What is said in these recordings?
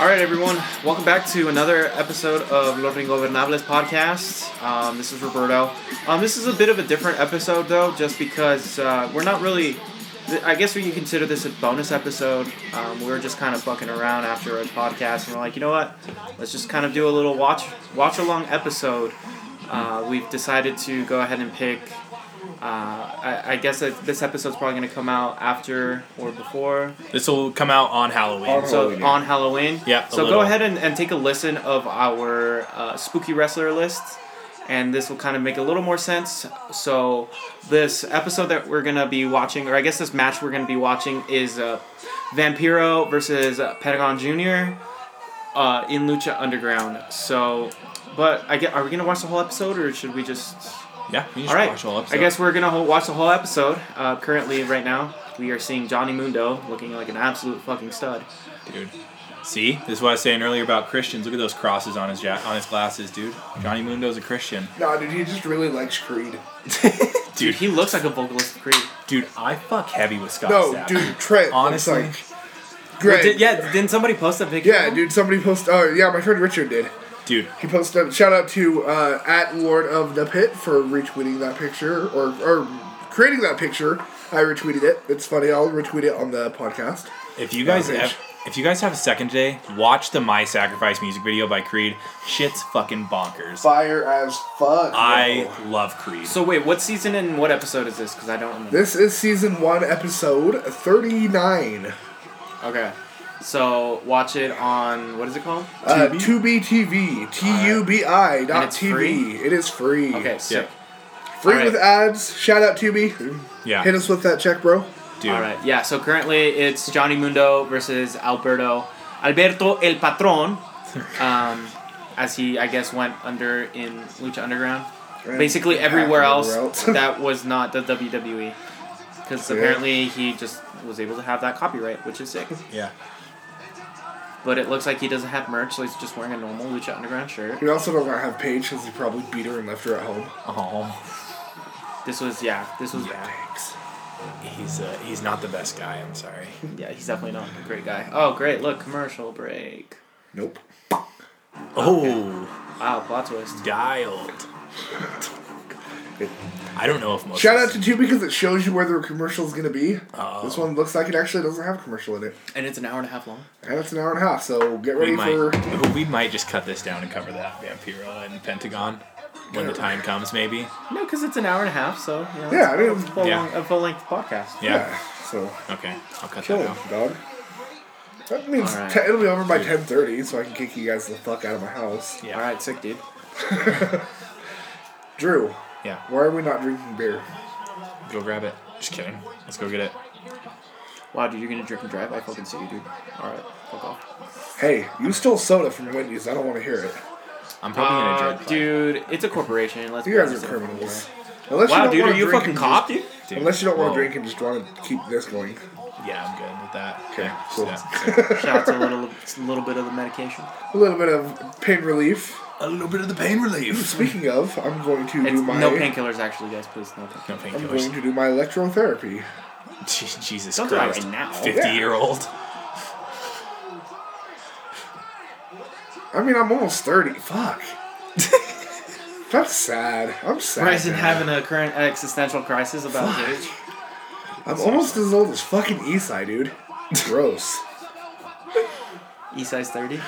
right, everyone. Welcome back to another episode of Los Ingobernables podcast. Um, this is Roberto. Um, this is a bit of a different episode, though, just because uh, we're not really. th- I guess we can consider this a bonus episode. Um, we were just kind of fucking around after a podcast, and we're like, you know what? Let's just kind of do a little watch watch along episode. Uh, we've decided to go ahead and pick. Uh, I, I guess that this episode's probably going to come out after or before This will come out on Halloween. On so, so Halloween. on Halloween. Yeah, a So go little. ahead and, and take a listen of our uh, spooky wrestler list, and this will kind of make a little more sense. So this episode that we're gonna be watching, or I guess this match we're gonna be watching, is uh, Vampiro versus uh, Pentagon Junior uh, in Lucha Underground. So, but I get, are we gonna watch the whole episode, or should we just? yeah, All you just right. watch all episode. I guess we're gonna ho- watch the whole episode. Uh, currently, right now, we are seeing Johnny Mundo looking like an absolute fucking stud. dude. See, this is what I was saying earlier about Christians. Look at those crosses on his ja- on his glasses, dude. Johnny Mundo's a Christian, Nah, dude, he just really likes Creed. Dude, dude. he looks like a vocalist of Creed. dude, I fuck heavy with Scott. No, Stapp. dude, Trent. Honestly. Looks like Greg. Did, yeah, didn't somebody post that picture? yeah, dude, somebody posted. Oh, yeah, my friend Richard did. dude. He posted. Shout out to uh, at Lord of the Pit for retweeting that picture or or creating that picture. I retweeted it. It's funny. I'll retweet it on the podcast. If you guys Oh, bitch. ev- if you guys have a second today, watch the My Sacrifice music video by Creed. Shit's fucking bonkers. Fire as fuck. I yo. love Creed. So wait, what season and what episode is this? Because I don't remember. This is season one, episode thirty nine. Okay. So watch it on what is it called? Uh, Tubi? to be TV. T U B I And dot it's TV. It is free. Okay, sick. Free Alright. with ads. Shout out to me. Yeah. Hit us with that check, bro. dude. All right, yeah. So currently it's Johnny Mundo versus Alberto, Alberto El Patron, um, as he I guess went under in Lucha Underground. Right. Basically Yeah, everywhere else everywhere else. that was not the WWE, because Yeah. apparently he just was able to have that copyright, which is sick. Yeah. But it looks like he doesn't have merch, so he's just wearing a normal Lucha Underground shirt. We also don't have Paige because he probably beat her and left her at home. Oh, This was yeah, this was bad. Thanks. he's uh, he's not the best guy. I'm sorry. Yeah, he's definitely not a great guy. Oh great, look, commercial break. Nope. Oh. Wow, plot twist. dialed. I don't know if most. Shout out to two because it shows you where the commercial is gonna be. Oh. This one looks like it actually doesn't have a commercial in it, And it's an hour and a half long. and it's an hour and a half. So get we ready might for. we might just cut this down and cover that Vampiro and Pentagon when the time comes, maybe. No, because it's an hour and a half, so you know, Yeah, I it's mean- a full, Yeah. long, a full length podcast. Yeah. Yeah. So Okay, I'll cut kill that him, out. dog. That means Alright. te- it'll be over by ten thirty, so I can kick you guys the fuck out of my house. Yeah. All right, sick dude. Drew, Yeah, why are we not drinking beer? go grab it. Just kidding. Let's go get it. Wow, dude, you're gonna drink and drive? I fucking see you, dude. All right, fuck off. Hey, you stole soda from Wendy's. I don't want to hear it. I'm probably gonna Uh, drink. dude, it's a corporation. Let's You be guys honest. are criminals. Unless Wow, don't dude, wanna are you a drink fucking and cop, just- dude? Dude, Unless you don't want whoa. to drink and just want to keep this going. Yeah, I'm good with that. Okay, Yeah, cool. yeah, yeah. Shout out to a little, little bit of the medication. A little bit of pain relief. A little bit of the pain relief. Speaking of, I'm going to It's do my no painkillers, actually, guys. Please, no painkillers. No I'm going painkillers. to do my electrotherapy. Je- Jesus Don't do that Christ. right now. Fifty Yeah. year old. I mean, I'm almost 30. Fuck. That's sad. I'm sad. Bryson now. having a current existential crisis about his age. I'm almost as old as fucking Esai, dude. Gross. East size 30.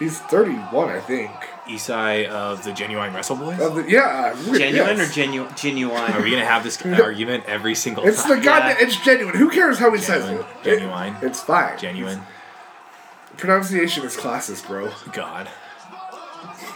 He's 31, I think. Isai of the genuine wrestle boys. Of the- yeah. weird, Genuine yes. or genuine? Are Genuine. we gonna have this argument every single It's time? the goddamn. Yeah. It's genuine. Who cares how he Genuine. says it? Genuine. It- It's fine. Genuine. Pronunciation is classist, bro. God.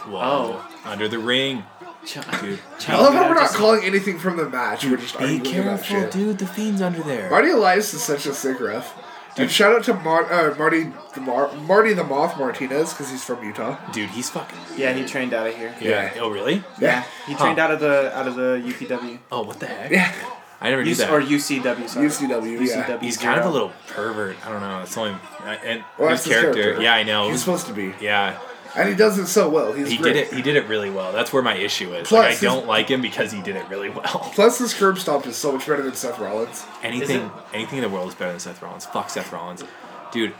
Whoa. Oh. Under the ring. Dude. I love how Yeah, we're not just- calling anything from the match. We're just Be arguing about careful, shit. dude. The fiend's under there. Marty Elias is such a sick ref. And shout out to Mar- uh, Marty, the Mar- Marty the Moth Martinez because he's from Utah. Dude, he's fucking. Yeah, he trained out of here. Yeah. Oh, really? Yeah, he trained out of the out of the UPW. Oh, what the heck? Yeah. I never knew UC, that. or UCW, sorry. UCW, yeah. he's kind of a zero. little pervert. I don't know. That's only I- and Well, his that's his character. character. Yeah, I know. He's supposed to be, yeah. and he does it so well. He's He great. did it. He did it really well. That's where my issue is. Plus, like, I his- don't like him because he did it really well. Plus, his curb stomp is so much better than Seth Rollins. Anything, anything in the world is better than Seth Rollins. Fuck Seth Rollins, dude.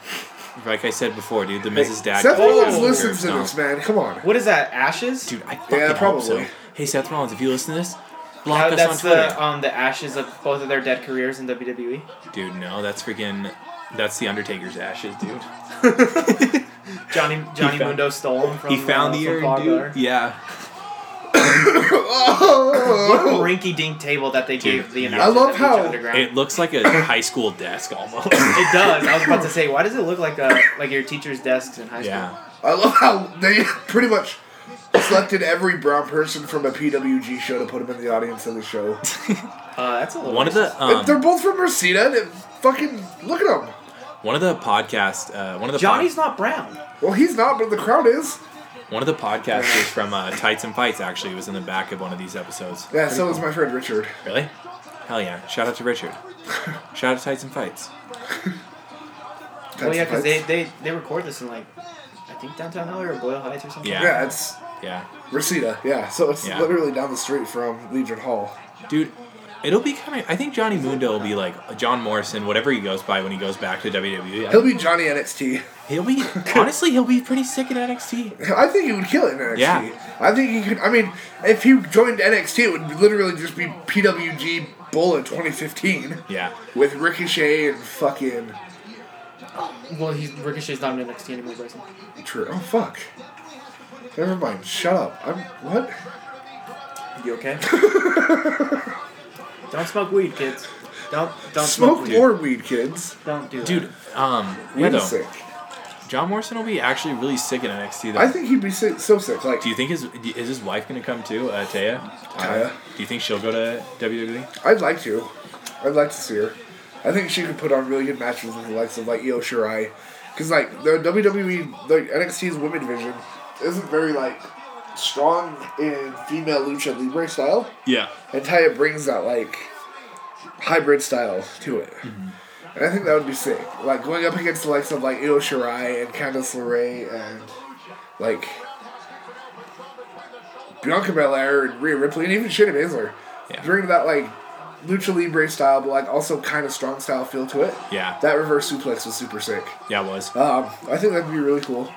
Like I said before, dude, the Mrs. Dad. Seth guy Rollins has the listens to curves this, man. Come on. What is that? Ashes? Dude, I fucking hope probably. so. Hey, Seth Rollins, if you listen to this, block That- us on that's Twitter. the um the ashes of both of their dead careers in E? WWE. dude, no, that's freaking. That's the Undertaker's ashes, dude. Johnny Johnny found- Mundo stole him from. He found uh, the from urn, Paul dude. Goddard. Yeah. What a Oh, rinky dink table that they Dude, gave the yeah. announcers I love of Lucha how Underground. It looks like a high school desk almost. It does. I was about to say, why does it look like a like your teacher's desks in high school? yeah. I love how they pretty much selected every brown person from a PWG show to put them in the audience of the show. Uh, that's a little. One of the But They're um, both from Reseda. And it fucking look at them. one of the podcast uh, one of the Johnny's not brown. Well, he's not, but the crowd is. One of the podcasters from uh, Tights and Fights actually was in the back of one of these episodes. Yeah, so is my friend Richard. Really? Hell yeah. Shout out to Richard. Shout out to Tights and Fights. well, yeah, because they, That's- they they record this in like, I think downtown LA or Boyle Heights or something. Yeah. yeah, it's Yeah. Reseda. Yeah, so it's Yeah. literally down the street from Legion Hall. Dude, it'll be coming. I think Johnny Mundo will be like John Morrison, whatever he goes by when he goes back to WWE. He'll be Johnny NXT. He'll be honestly, he'll be pretty sick in NXT. I think he would kill it in NXT. Yeah. I think he could. I mean, if he joined NXT, it would literally just be PWG Bullet 2015 Yeah. with Ricochet and fucking. Well, he's Ricochet's not in NXT anymore, Bryson. True. Oh fuck. Never mind. Shut up. I'm what? You okay? don't smoke weed, kids. Don't don't Smoke weed. more weed, kids. Don't do that. Dude, um, yeah, Weed though, is sick. John Morrison will be actually really sick in NXT though. I think he'd be sick, so sick. Like Do you think his is his wife gonna come too, uh, Taya? Taya. Do you think she'll go to E? WWE? I'd like to. I'd like to see her. I think she could put on really good matches with the likes of like Io Shirai, because like the WWE, the NXT's women division isn't very like strong in female lucha libre style, Yeah. and Taya brings that like hybrid style to it, Mm-hmm. and I think that would be sick. Like going up against the likes of like Io Shirai and Candice LeRae and like Bianca Belair and Rhea Ripley and even Shayna Baszler. Yeah. During that like lucha libre style, but like also kind of strong style feel to it. Yeah. That reverse suplex was super sick. Yeah, it was. Um, I think that'd be really cool.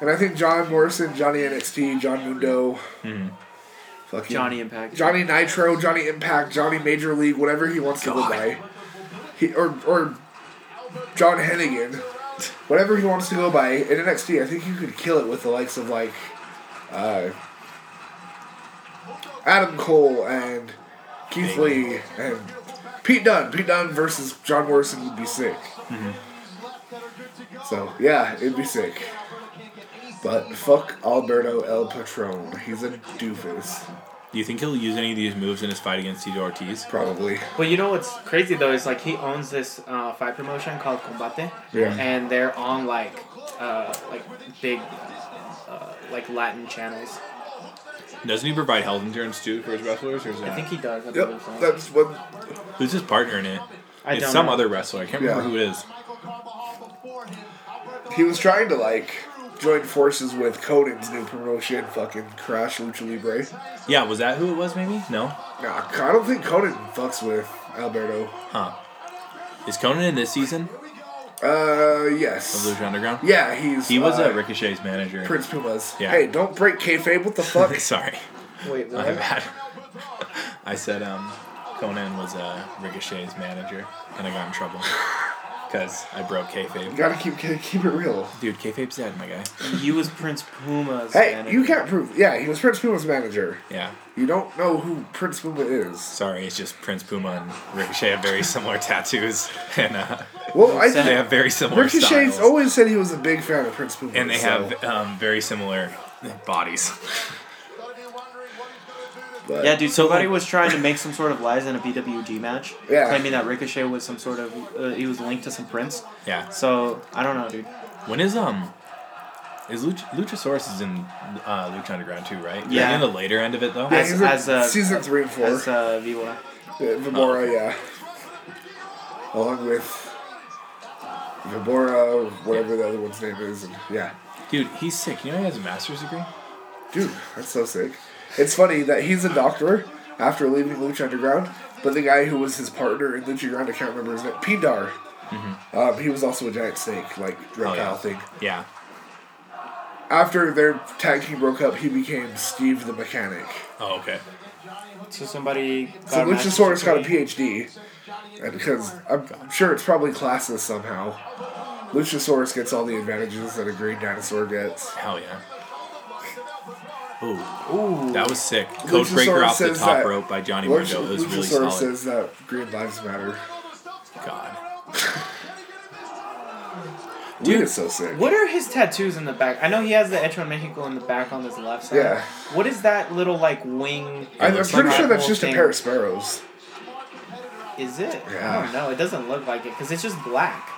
And I think John Morrison, Johnny NXT, John Mundo, Mm-hmm. fucking Johnny Impact. Johnny Nitro, Johnny Impact, Johnny Major League, whatever he wants to go God. by. He or or John Hennigan, whatever he wants to go by in NXT. I think you could kill it with the likes of like uh, Adam Cole and Keith Big. Lee and Pete Dunne. Pete Dunne versus John Morrison would be sick. So yeah, it'd be sick. But fuck Alberto El Patron. He's a doofus, Do you think he'll use any of these moves in his fight against Tito Ortiz? probably. Well, you know what's crazy though is like he owns this uh, fight promotion called Combate, Yeah. and they're on like uh, like big uh, like Latin channels. Doesn't he provide health insurance too for his wrestlers, or is that? I think he does. I Yep, believe so. that's what. Who's his partner in it? I it's don't some know. other wrestler. I can't Yeah. remember who it is. He was trying to like join forces with Conan's new promotion, fucking Crash Lucha Libre. Yeah, was that who it was? Maybe no. Nah, I don't think Conan fucks with Alberto. Huh. Is Conan in this season Uh, of yes. Lucha Underground? Yeah, he's. He was uh, uh, Ricochet's manager. Prince Pumas. Yeah. Hey, don't break kayfabe. What the fuck? Sorry, Wait, my what? bad. I said um, Conan was uh, Ricochet's manager, and I got in trouble because I broke kayfabe. Gotta keep keep it real. Dude, kayfabe's dead, my guy. He was Prince Puma's. Hey, manager. you can't prove. Yeah, he was Prince Puma's manager. Yeah. You don't know who Prince Puma is. Sorry, it's just Prince Puma and Ricochet have very similar tattoos, and uh, Well, I they think have very similar Ricochet's styles, always said he was a big fan of Prince Puma. and they so- have um, very similar bodies. but- Yeah, dude. Somebody was trying to make some sort of lies in a BWG match, Oh. Yeah. claiming that Ricochet was some sort of uh, he was linked to some prince. Yeah. So I don't know, dude. When is um, is Luch- Luchasaurus is in uh, Lucha Underground too, right? Is he Yeah. In the later end of it though. Yeah, As- he's in as, uh, season three and four. As uh, Viva. Yeah, Vibora, yeah. Along with Vibora, whatever the other one's name is, and yeah, Dude, he's sick. You know he has a master's degree. dude, that's so sick. It's funny that he's a doctor after leaving Lucha Underground, but the guy who was his partner in Lucha Underground, I can't remember his name, Pindar. Um, he was also a giant snake, like reptile Oh, yeah. thing. Yeah. After their tag team broke up, he became Steve the Mechanic. Oh, okay. So somebody. So got a match Luchasaurus got a between- PhD, and because I'm sure it's probably classless somehow. Luchasaurus gets all the advantages that a green dinosaur gets. Hell yeah. Ooh, Ooh. that was sick. Code Luchasaurus breaker off the says top that- rope by Johnny Luch- Mundo. It was really Luchasaurus solid. says that green lives matter. God. Dude, Dude, is so sick. What are his tattoos in the back? I know he has the Etron Mexico in the back on his left side. Yeah. What is that little like wing? I, I'm looks pretty like sure that that's whole just a thing. pair of sparrows. Is it? Yeah. I don't know. It doesn't look like it because it's just black.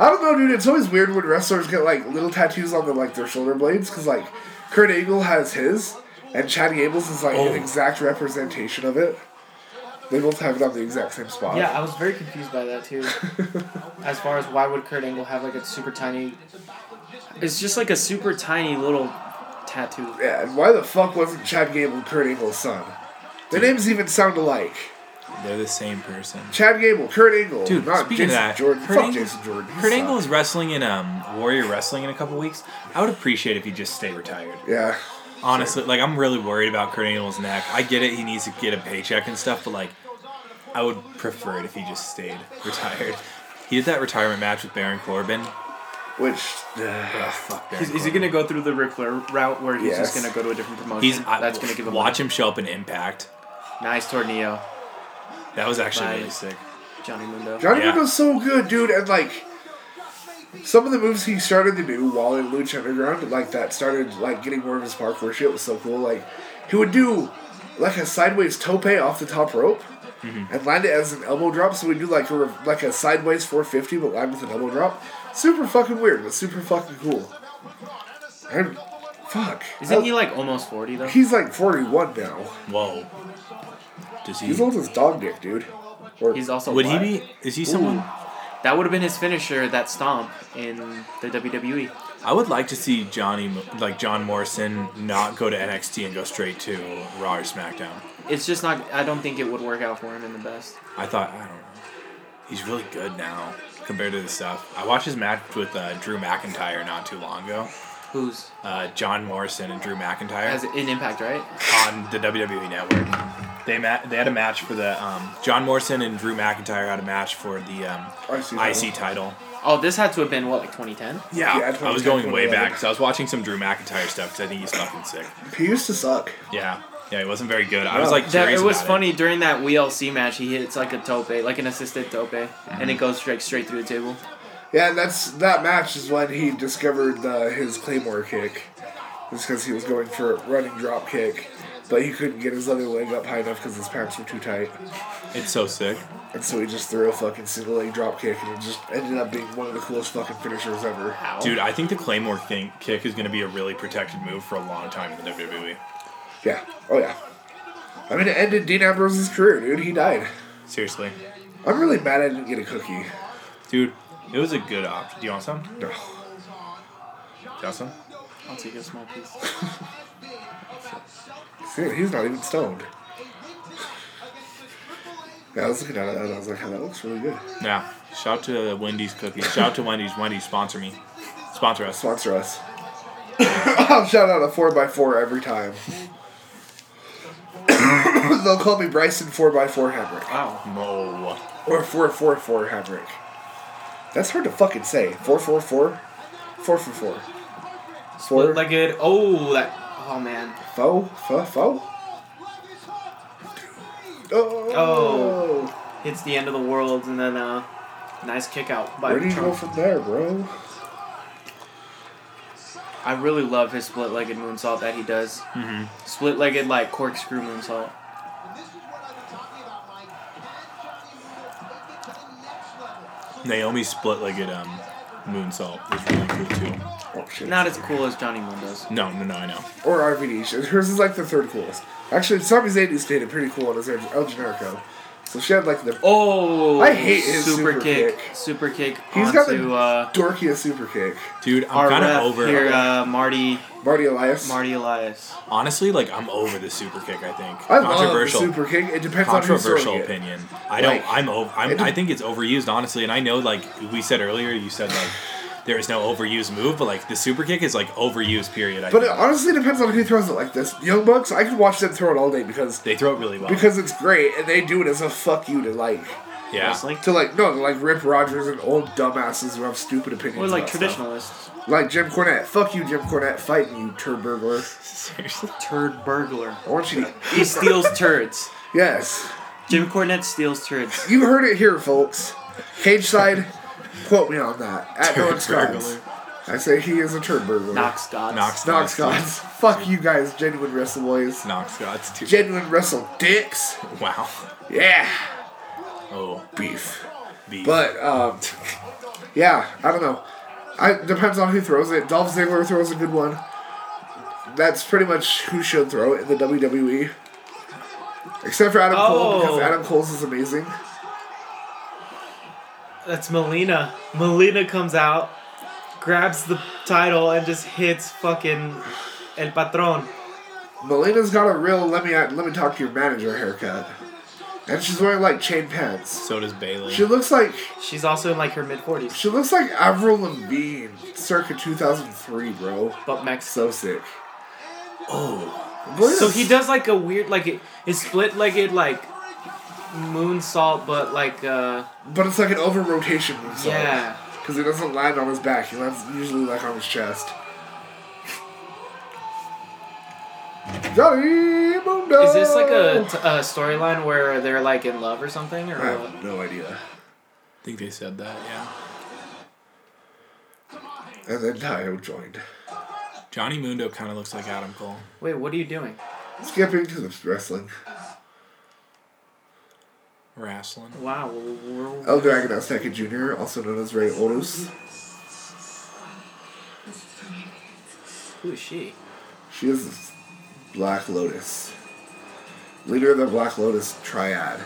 I don't know, dude. It's always weird when wrestlers get like little tattoos on their like their shoulder blades because like Kurt Angle has his, and Chad Gables is like Oh. an exact representation of it. They both have it on the exact same Oh. spot. Yeah, I was very confused by that too. as far as why would Kurt Angle have like a super tiny? It's just like a super tiny little tattoo. Yeah, and why the fuck wasn't Chad Gable Kurt Angle's son? Their names even sound alike. They're the same person. Chad Gable, Kurt Angle, Dude, not speaking Jason of that, Jordan. Kurt fuck Angle- Jason Jordan. he Kurt Angle sucked. is wrestling in um, Warrior Wrestling in a couple weeks. I would appreciate if he just stay retired. Yeah, Honestly, like I'm really worried about Kurt Angle's neck. I get it; he needs to get a paycheck and stuff, but like, I would prefer it if he just stayed retired. He did that retirement match with Baron Corbin. which Oh, fuck Baron Is, is he Corbin. gonna go through the Ric Flair route where he's just Yes. gonna go to a different promotion? He's I, That's gonna give him watch him show up in Impact. nice tornillo, That was actually Nice. really sick. Johnny Mundo. Johnny Yeah. Mundo's so good, dude, and like some of the moves he started to do while in Lucha Underground, like that started like getting more of his parkour shit was so cool. Like he would do like a sideways tope off the top rope Mm-hmm. and land it as an elbow drop. So we do like a rev- like a sideways 450, but land with an elbow drop. Super fucking weird, but super fucking cool. And fuck, Isn't he like almost forty though? He's like 41 now. Whoa. Does he? He's old as dog dick, dude. Or, Mm-hmm. He's also. Would he black. be? Is he someone? That would have been his finisher, that stomp in the E. WWE. I would like to see Johnny, like John Morrison, not go to NXT and go straight to Raw or SmackDown. It's just not. I don't think it would work out for him in the best. I thought, I don't know. He's really good now compared to the stuff. I watched his match with uh, Drew McIntyre not too long ago. Who's Uh, John Morrison and Drew McIntyre has in Impact, right? on the WWE Network. They ma- they had a match for the um, John Morrison and Drew McIntyre had a match for the um, IC title. IC title. Oh, this had to have been what like 2010. Yeah, Yeah, I was going way 2010, back because I was watching some Drew McIntyre stuff because I think he's fucking sick. he used to suck. Yeah, yeah, he wasn't very good. I was No. like, That, curious it was about funny during that WLC match. He hits like a tope, like an assisted tope, Mm-hmm. and it goes straight straight through the table. Yeah, and that's that match is when he discovered uh, his claymore kick. It's because he was going for a running drop kick, but he couldn't get his other leg up high enough because his pants were too tight, It's so sick. and so he just threw a fucking single leg drop kick, and it just ended up being one of the coolest fucking finishers ever. Ow. Dude, I think the Claymore thing kick is going to be a really protected move for a long time in the E. WWE. Yeah. Oh yeah. I mean, it ended Dean Ambrose's career, dude. He died. Seriously. I'm really mad I didn't get a cookie. Dude, it was a good option. Do you want some? Do No. you want some? I'll take a small piece. Dude, he's not even stoned. Yeah, I was looking at it and I was like, oh, that looks really good. Yeah. Shout to Wendy's Cookies. Shout to Wendy's. Wendy's, sponsor me. Sponsor us. Sponsor us. I'll shout out a 4x4 every time. They'll call me Bryson 4x4 Hamrick. Wow. No. Or 444 Hamrick. That's hard to fucking say. 444? 444. Four. Like. Legged. Oh, that. Oh man. Fo? Fo? Fo? Oh. Oh. Hits the end of the world, and then uh, nice kick out by Where do you go Trump. from there, bro? I really love his split-legged moonsault that he does. Mm-hmm. Split-legged like corkscrew moonsault. Naomi's split legged um, moonsault was really cool too. Oh, shit. Not as cool as Johnny Mundo's. No, no, no, I know. or RVD. Hers is like the third coolest. Actually, Sami Zayn is dated pretty cool on his El El Generico. So she had like the Oh, I hate his super kick. Super kick He's got onto the- uh, dorkiest super kick. Dude, I'm our kind ref of over. here, uh, Marty Marty Elias. Marty Elias. Honestly, like I'm over the super kick. I think I love the controversial. super kick. It depends on who's controversial throwing it. opinion. I don't. Like, I'm over. I'm, it- I think it's overused, honestly. And I know, like we said earlier, you said like there is no overused move, but like the super kick is like overused. Period. I But it think. honestly depends on who throws it like this. Young Bucks, I could watch them throw it all day because they throw it really well. because it's great and they do it as a fuck you to like yeah, Wrestling. to like no to like Rip Rogers and old dumbasses who have stupid opinions. Or like about stuff. traditionalists. Like Jim Cornette. Fuck you, Jim Cornette. Fight me, you turd burglar. seriously. Turd burglar. I want you to. He steals turds. Yes. Jim Cornette steals turds. You heard it here, folks. Cage side, quote me on that. At Turd Nolan Scott's. burglar. I say he is a turd burglar. Knock Scots. Knox Knox Scott's. Fuck you guys, genuine wrestle boys. Knox Scott's too. Genuine wrestle dicks. wow. Yeah. Oh, Beef. the But um, yeah, I don't know. I depends on who throws it. Dolph Ziggler throws a good one. That's pretty much who should throw it in the WWE. Except for Adam Cole because Oh. Adam Cole's is amazing. That's Melina. Melina comes out, grabs the title, and just hits fucking El Patron. Melina's got a real let me let me talk to your manager haircut, and she's wearing like chain pants. so does Bailey. She looks like She's also in like her mid 40s. she looks like Avril Lavigne circa 2003, bro. But Max. So sick. oh, So Melina's- he does like a weird, like it, it's split legged, like moonsault, but like, uh, but it's like an over rotation. yeah. Because he doesn't land on his back. He lands usually like on his chest. Johnny Mundo. Is this like a, t- a storyline where they're like in love or something? Or I what? have no idea. I think they said that. Yeah. And then Dio joined. Johnny Mundo kind of looks like Adam Cole. Wait, what are you doing? Skipping to the wrestling. Wrestling. Wow. we're- we're- El Dragon Azteca Jr., also known as Ray Horus. Who is she? She is Black Lotus. Leader of the Black Lotus Triad.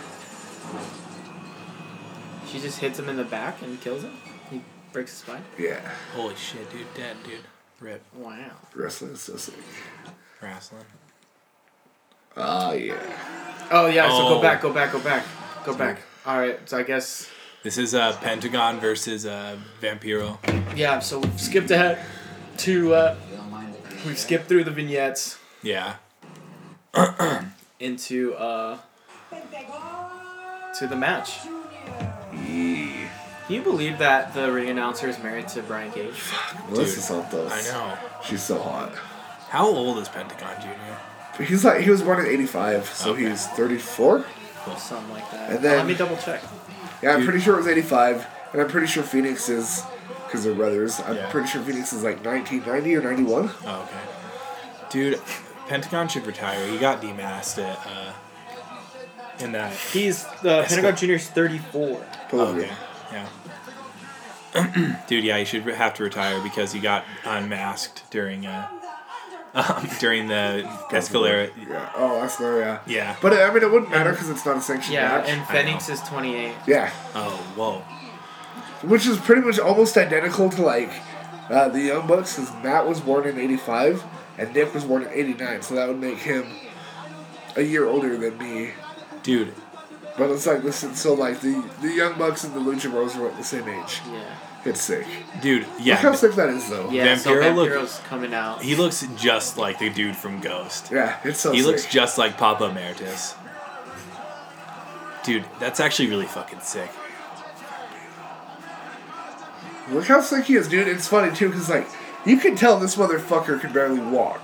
She just hits him in the back and kills him? He breaks his spine? Yeah. Holy shit, dude. Dead, dude. Rip. Wow. Wrestling is so sick. Wrestling. Ah, yeah. Oh, yeah, so Oh. go back, go back, go back. Go back. Alright, so I guess. This is uh, Pentagon versus uh, Vampiro. Yeah, so we've skipped ahead to. Uh, we've skipped through the vignettes Yeah. into. uh to the match. yeah. Can you believe that the ring announcer is married to Brian Cage? Melissa Dude, Santos. I know. She's so hot. How old is Pentagon Jr.? He's like he was born in '85, so Okay. he's 34. Something like And that. then- Let me double check. Yeah, I'm Dude. pretty sure it was '85, and I'm pretty sure Phoenix is because they're brothers. I'm Yeah. pretty sure Phoenix is like 1990 or 91. Oh, okay. Dude, Pentagon should retire. He got demasked at, uh, in that. He's. Uh, Pentagon good. Jr. is 34. Pull Oh, over. okay. Yeah. Dude, yeah, he should have to retire because he got unmasked during uh, um, during the Escalera. Yeah. Oh, that's there, yeah. Yeah. But uh, I mean, it wouldn't matter because it's not a sanctioned Yeah, match. and Phoenix is 28. yeah, Oh, whoa. which is pretty much almost identical to like uh, the Young Bucks, because Matt was born in '85 and Nick was born in '89, so that would make him a year older than me. Dude, But it's like listen, so like the the Young Bucks and the Lucha Bros were at the same age. Yeah. It's sick. dude, Look how yeah. sick that is, though. Yeah, so Vampiro look- Vampiro's coming out. He looks just like the dude from Ghost. Yeah, it's so. He sick. looks just like Papa Emeritus. Dude, that's actually really fucking sick. Look how sick he is, dude. It's funny too, cause like you can tell this motherfucker can barely walk.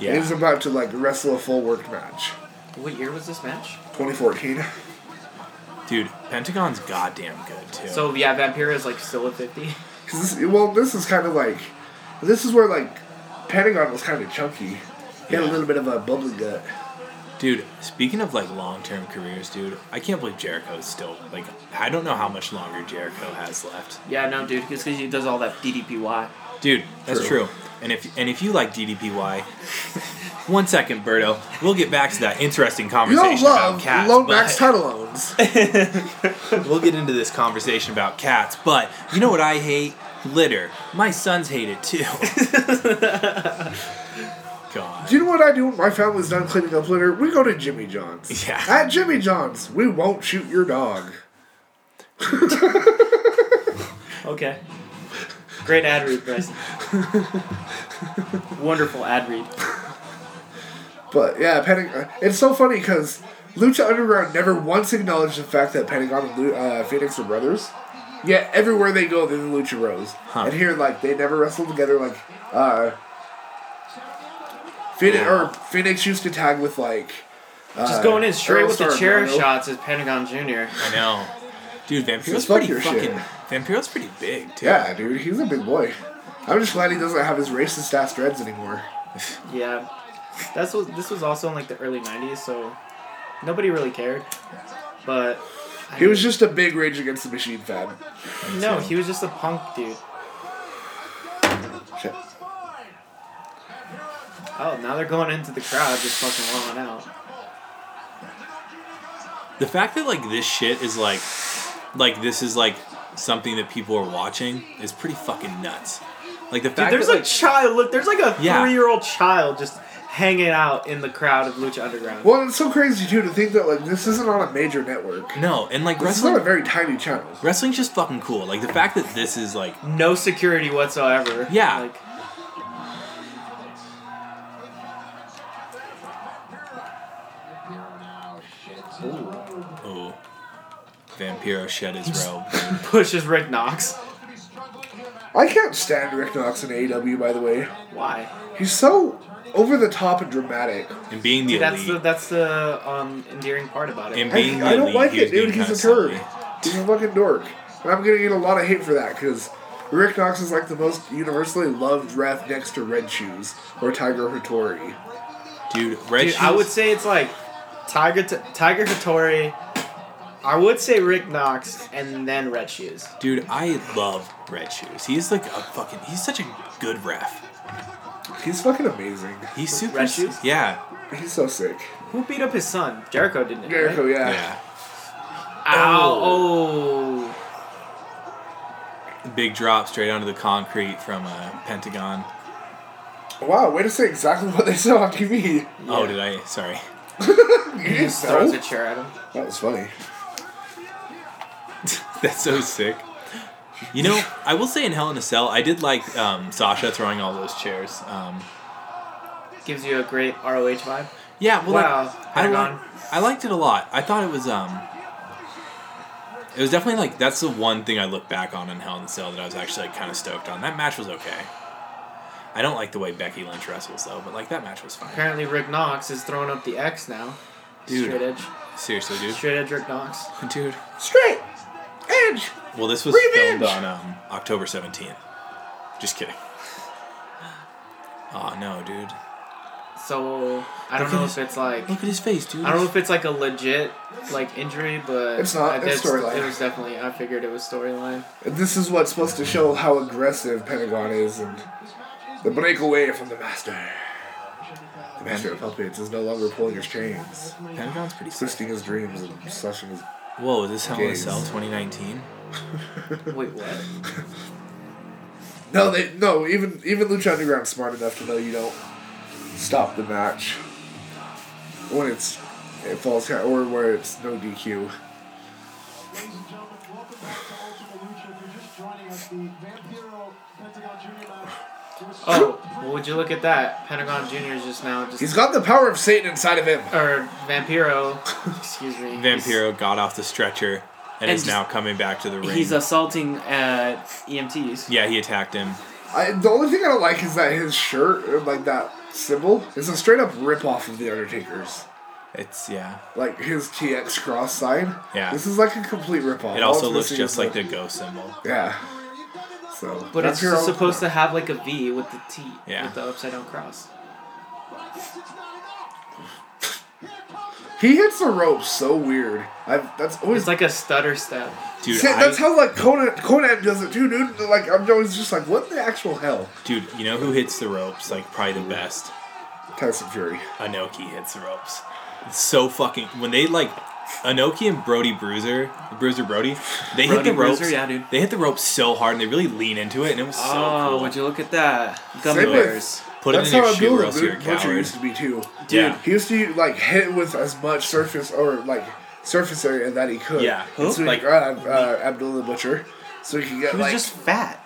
Yeah. And he's about to like wrestle a full work match. What year was this match? 2014. Dude, Pentagon's goddamn good too. So yeah, Vampiro is like still at fifty. Cause this, well, this is kind of like, this is where like Pentagon was kind of chunky. He had a Yeah. little bit of a bubbly gut. dude, speaking of like long term careers, dude, I can't believe Jericho's still like I don't know how much longer Jericho has left. Yeah, no, dude, because he does all that DDPY. Dude, that's True. true. And if and if you like DDPY, One second, Birdo. We'll get back to that interesting You conversation don't love about cats. low but- max title loans. we'll get into this conversation about cats, but you know what I hate? Litter. My sons hate it too. God. Do you know what I do when my family's done cleaning up litter? We go to Jimmy John's. Yeah. At Jimmy John's, we won't shoot your dog. Okay. Great ad read, Preston. Wonderful ad read. But yeah, Pentagon. It's so funny because Lucha Underground never once acknowledged the fact that Pentagon and Lu- uh, Phoenix are brothers. Yet everywhere they go, they're the Lucha Bros. And here, like they never wrestle together. Like uh, Phoenix or Phoenix used to tag with like Just going in straight Earl with the Star chair Mario. shots is Pentagon Jr. I know. Dude, Vampiro's Fuck pretty your fucking. shit. Vampiro's pretty big too. yeah, dude, he's a big boy. I'm just glad he doesn't have his racist ass dreads anymore. Yeah. That's what this was also in like the early nineties, so nobody really cared. But He was just a big Rage Against the Machine fan. no, he was just a punk dude. Shit. Oh, now they're going into the crowd just fucking wilding out. The fact that like this shit is like, like this is like something that people are watching is pretty fucking nuts. Like the Dude, fact there's that a child. Look, there's like a Yeah. three-year-old child just hanging out in the crowd of Lucha Underground. Well, it's so crazy too to think that like this isn't on a major network. like no, and like This is on a wrestling. very tiny channel. Wrestling's just fucking cool. Like the fact that this is like No security whatsoever. Yeah. Like, oh, Vampiro shed his robe. pushes Rick Knox. I can't stand Rick Knox in AEW, by the way. Why? He's so over the top and dramatic. And being the Dude, that's the elite. that's the um, endearing part about it. and I, being the I don't elite, like he was it, dude. being He's a kinda turd. sucky. He's a fucking dork. And I'm gonna get a lot of hate for that because Rick Knox is like the most universally loved ref next to Red Shoes or Tiger Hattori. Dude, Red Dude, I Shoes- would say it's like Tiger T- Tiger Hattori. I would say Rick Knox and then Red Shoes. Dude, I love Red Shoes. He's like a fucking. He's such a good ref. He's fucking amazing. He's super. Red Shoes? Yeah. He's so sick. Who beat up his son? Jericho didn't. it, Jericho, Right? yeah. Yeah. Ow! Oh. Big drop straight onto the concrete from uh, Pentagon. Wow, way to say exactly what they said on TV. Oh, did I? Sorry. You didn't Throws a know? chair at him. That was funny. That's so sick. You know, I will say in Hell in a Cell, I did like um, Sasha throwing all those chairs. Um, Gives you a great ROH vibe. yeah, well, like, Wow, I, Pentagon. li- I liked it a lot. I thought it was. um It was definitely like that's the one thing I look back on in Hell in a Cell that I was actually like, kind of stoked on. That match was okay. I don't like the way Becky Lynch wrestles though, but like that match was fine. Apparently, Rick Knox is throwing up the X now. Dude. Straight edge. Seriously, dude. Straight edge Rick Knox. Dude. Straight edge. Well, this was Revenge! filmed on um, October 17th. Just kidding. Oh, no, dude. So I don't Look at know his- if it's like Look at his face, dude. I don't know if it's like a legit like injury, but It's not, I- that's- it's storyline. It was definitely. I figured it was storyline. This is what's supposed to show how aggressive Pentagon is and the breakaway from the master. The master of puppets is no longer pulling his chains, Pentagon's pretty sick. twisting his dreams and slushing his. Whoa, is this Hell in a Jeez. Cell 2019? Wait, what? No, they no. Even even Lucha Underground's smart enough to know you don't stop the match when it's it falls ca- or where it's no DQ. Oh, well, would you look at that? Pentagon Junior is just now just He's got the power of Satan inside of him. or Vampiro. Excuse me. Vampiro got off the stretcher and, And is just- now coming back to the ring. He's assaulting uh, E EMTs. yeah, he attacked him. I, the only thing I don't like is that his shirt, or, like that symbol, is a straight up rip off of the Undertaker's. It's, yeah. like his TX cross sign. Yeah. This is like a complete ripoff. It All also it's looks missing just is like the ghost symbol. Yeah. So. But that's it's your just own- supposed to have like a V with the T, Yeah. with the upside down cross. He hits the rope so weird. I've that's always It's like a stutter step. Dude, See, I, that's how like Conan Conan does it too, dude. Like I'm always just like, what the actual hell? dude, you know who hits the ropes like probably the best? Tyson Fury. Anoki hits the ropes. It's so fucking when they like Anoki and Brody Bruiser, Bruiser Brody, they hit Brody the ropes. Bruiser, yeah, dude. They hit the ropes so hard and they really lean into it, and it was so oh, cool. would you look at that? Gummy Same with- bears. Put it That's in how your shoe, or Abdullah else you're a But- Butcher coward. used to be too. Dude. Yeah. He used to like hit with as much surface or like surface area that he could. Yeah. Who? And So Like- like uh, uh, Abdullah Butcher, so he could get He was like. just fat,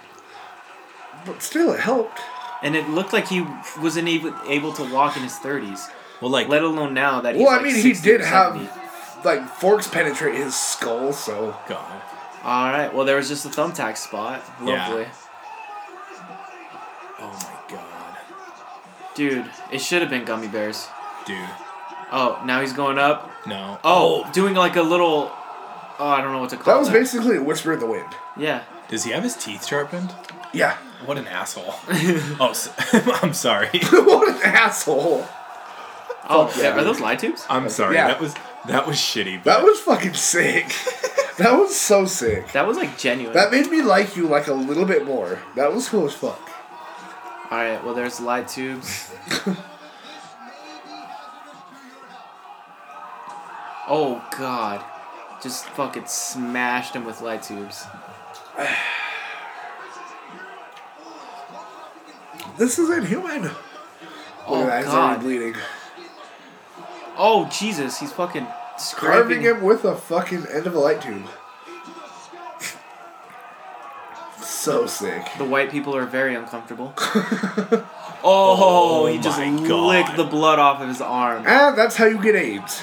But still, it helped. and it looked like he wasn't able, able to walk in his thirties. Well, like Let alone now that he's Well, I like mean, 60 he did or have 70. like forks penetrate his skull, so God. All right. Well, there was just a thumbtack spot. Yeah. Lovely, Oh my God, dude. It should have been gummy bears. dude. Oh, now he's going up. No. Oh, doing like a little. Oh, I don't know what to call that was that. basically a whisper in the wind. Yeah. Does he have his teeth sharpened? Yeah. What an asshole. oh, s I'm sorry. what an asshole. Oh, yeah, are dude. those lie tubes? I'm sorry. Yeah. That was that was shitty. That But was fucking sick. that was so sick. That was like genuine. That made me like you like a little bit more. That was cool as fuck. All right. Well, there's light tubes. oh God! Just fucking smashed him with light tubes. This is inhuman. Look Oh at that, he's already God! bleeding. Oh Jesus! He's fucking Carving scraping. him with a fucking end of a light tube. So sick. The white people are very uncomfortable. oh, Oh, he just my God. licked the blood off of his arm. Ah, that's how you get AIDS.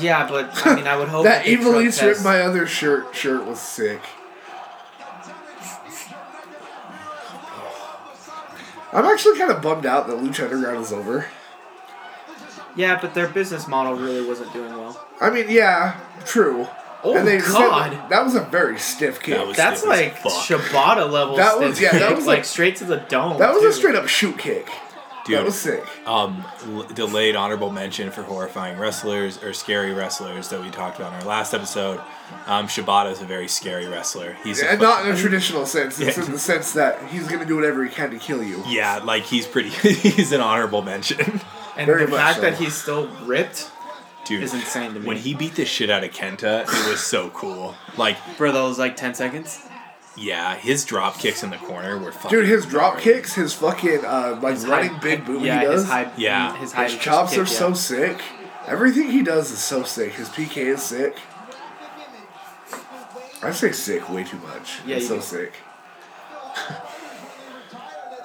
Yeah, but I mean, I would hope That they drug evilly test- stripped my other shirt shirt was sick. I'm actually kind of bummed out that Lucha Underground is over. Yeah, but their business model really wasn't doing well. I mean, yeah, true. Oh, said God. that was a very stiff kick. That was- That's stiff as like fuck. Shibata level. That was- stiff yeah, that kick, was like, like- straight to the dome. That was too. a straight up shoot kick. dude, That was sick. um, l- delayed honorable mention for horrifying wrestlers or scary wrestlers that we talked about in our last episode. Um, Shibata is a very scary wrestler. He's a And fu- not in a traditional sense. It's Yeah. in the sense that he's gonna do whatever he can to kill you. yeah, like he's pretty. he's an honorable mention, and very the much fact so. that he's still ripped. dude. Is insane to me. When he beat the shit out of Kenta, it was so cool. Like, For those like ten seconds. yeah, his drop kicks in the corner were fucking. Dude, his drop great. kicks, his fucking uh, like running high- big boot yeah, he does. His high, Yeah. his high His chops kick, are so yeah. sick. Everything he does is so sick. His PK is sick. I say sick way too much. Yeah, you it's so do. sick.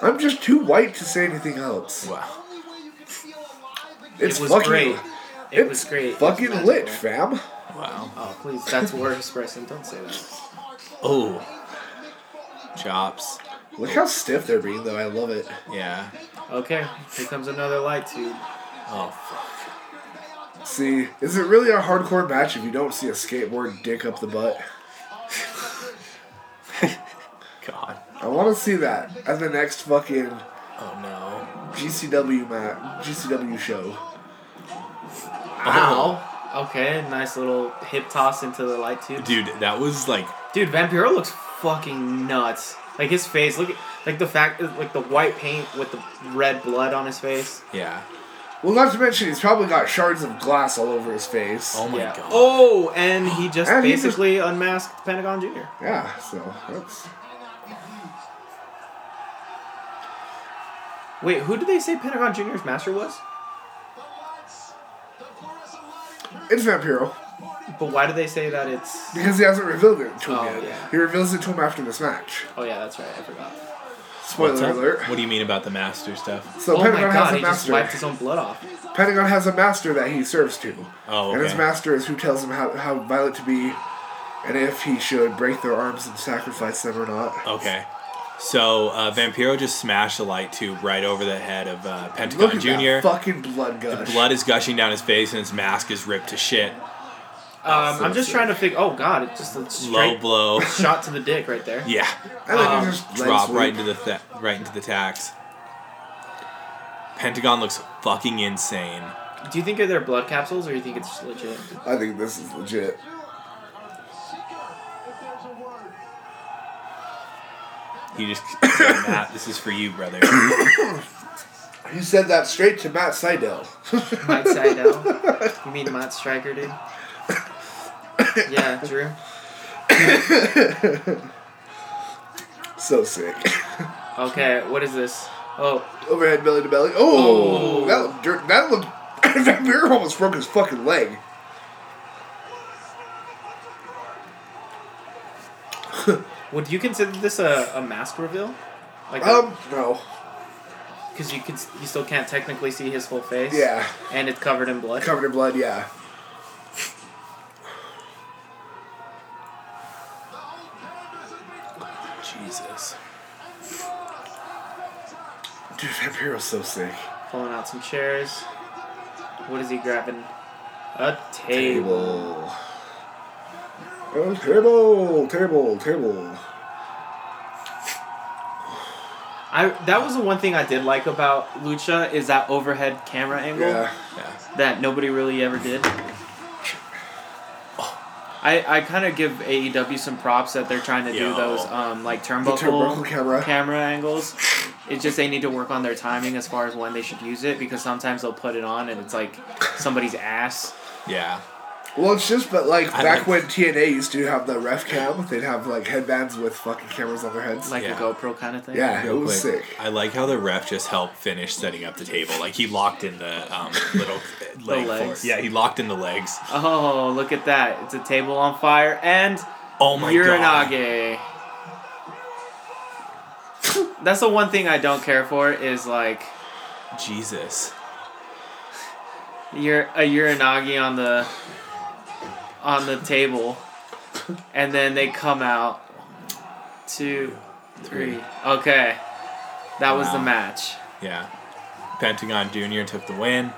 I'm just too white to say anything else. Wow. It's was fucking, great. It it's was great. It was Fucking magical. lit, fam. Wow. Oh please, that's word expressing. Don't say that. Oh. Chops. Look how stiff they're being, though. I love it. Yeah. Okay, here comes another light tube. Oh, fuck. See, is it really a hardcore match if you don't see a skateboard dick up the butt? God. I want to see that at the next fucking Oh, no. GCW mat, GCW show. Oh. Ow. Oh. Okay, nice little hip toss into the light tube. Dude, that was like. Dude, Vampiro looks fucking nuts. Like his face, look, at- like the fact, like the white paint with the red blood on his face. Yeah. Well, not to mention he's probably got shards of glass all over his face. Oh, my yeah. God. Oh, and he just And he just- basically unmasked Pentagon Junior. Yeah, so that's Wait, who did they say Pentagon Junior's master was? it's Vampiro But why do they say that it's? because he hasn't revealed it to him Oh, yet. yeah. He reveals it to him after this match. Oh yeah, that's right. I forgot. What's Spoiler up? alert. What do you mean about the master stuff? So oh Pentagon my god, has a he just wiped master. his own blood off. Pentagon has a master that he serves to, Oh, and his okay. master is who tells him how, how violent to be, and if he should break their arms and sacrifice them or not. Okay. So uh, Vampiro just smashed the light tube right over the head of uh, Look Pentagon at Junior. that fucking blood gush. Blood is gushing down his face, and his mask is ripped to shit. Um, I'm just trying to think. Oh god, it's just a Low straight blow. shot to the dick right there. yeah. And then Um, he just lay drop asleep. right into the th- right into the tax. Pentagon looks fucking insane. Do you think they're blood capsules, or you think it's just legit? I think this is legit. He just said, Matt, this is for you, brother. You said that straight to Matt Seidel. Mike Seidel. You mean Matt Striker, dude? yeah, Drew. so sick. Okay, what is this? Oh, Overhead belly to belly. Oh, that looked dirt. That looked. that mirror almost broke his fucking leg. would you consider this a, a mask reveal? Like, Um, no. because you could, s- you still can't technically see his whole face. Yeah. And it's covered in blood. Covered in blood, yeah. Jesus. Dude, that Vampiro's so sick. Pulling out some chairs. What is he grabbing? A table. Oh, table, table, table. I that was the one thing I did like about Lucha is that overhead camera angle Yeah. Yeah. that nobody really ever did. I, I kind of give E AEW some props that they're trying to do Yo. those um, like The turnbuckle, turnbuckle camera. camera angles. It's just they need to work on their timing as far as when they should use it because sometimes they'll put it on and it's like somebody's ass. Yeah. Well, it's just, but like I back like- when TNA used to have the ref cam, they'd have like headbands with fucking cameras on their heads. like Yeah. a GoPro kind of thing. yeah, it Real was quick, sick. I like how the ref just helped finish setting up the table. Like he locked in the um, little leg. for it. legs. Yeah, he locked in the legs. Oh, look at that! It's a table on fire and Oh my god. Uranage. That's the one thing I don't care for is like Jesus. you're a Uranagi on the on the table, and then they come out. Two, three. Okay, that was the Wow. match. Yeah. Pentagon Jr. took the win.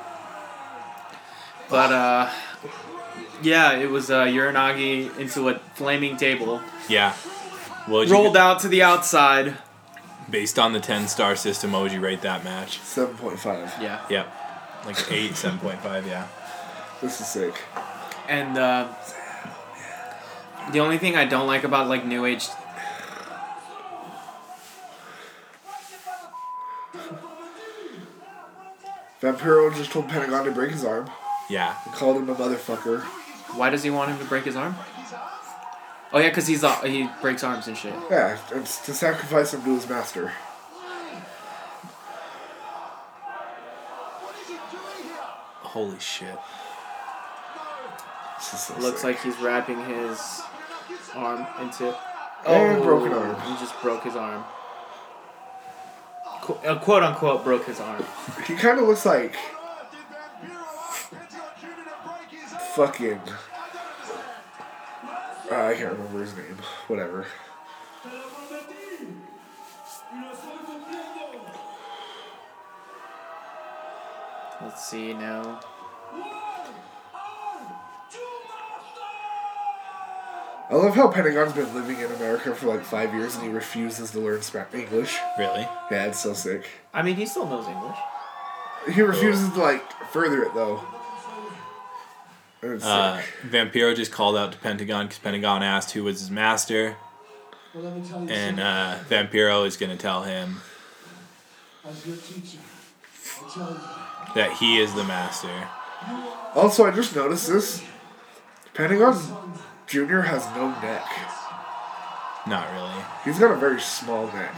But uh, yeah, it was uh, Uranagi into a flaming table, Yeah. What would you- rolled out to the outside. Based on the 10 star system, what would you rate that match? 7.5. Yeah. Yep. Like 8, 7.5, yeah. This is sick. And uh, the only thing I don't like about like New Age, Vampiro just told Pentagon to break his arm Yeah. and called him a motherfucker. why does he want him to break his arm? Oh yeah, cause he's uh, he breaks arms and shit. Yeah, it's to sacrifice him to his master. Holy shit. This is so Looks sick. like he's wrapping his arm into. And broken arm. He just broke his arm. Qu- uh, quote unquote broke his arm. He kind of looks like oh, fucking. Uh, I can't remember his name. Whatever. Let's see now. I love how Pentagon's been living in America for like five years and he refuses to learn Spra- English. Really? Yeah, it's so sick. I mean, he still knows English. He refuses to like further it though. And It's Uh, sick. Vampiro just called out to Pentagon because Pentagon asked who was his master. And uh, Vampiro is going to tell him that he is the master. Also, I just noticed this. Pentagon Jr. has no neck. Not really. He's got a very small neck.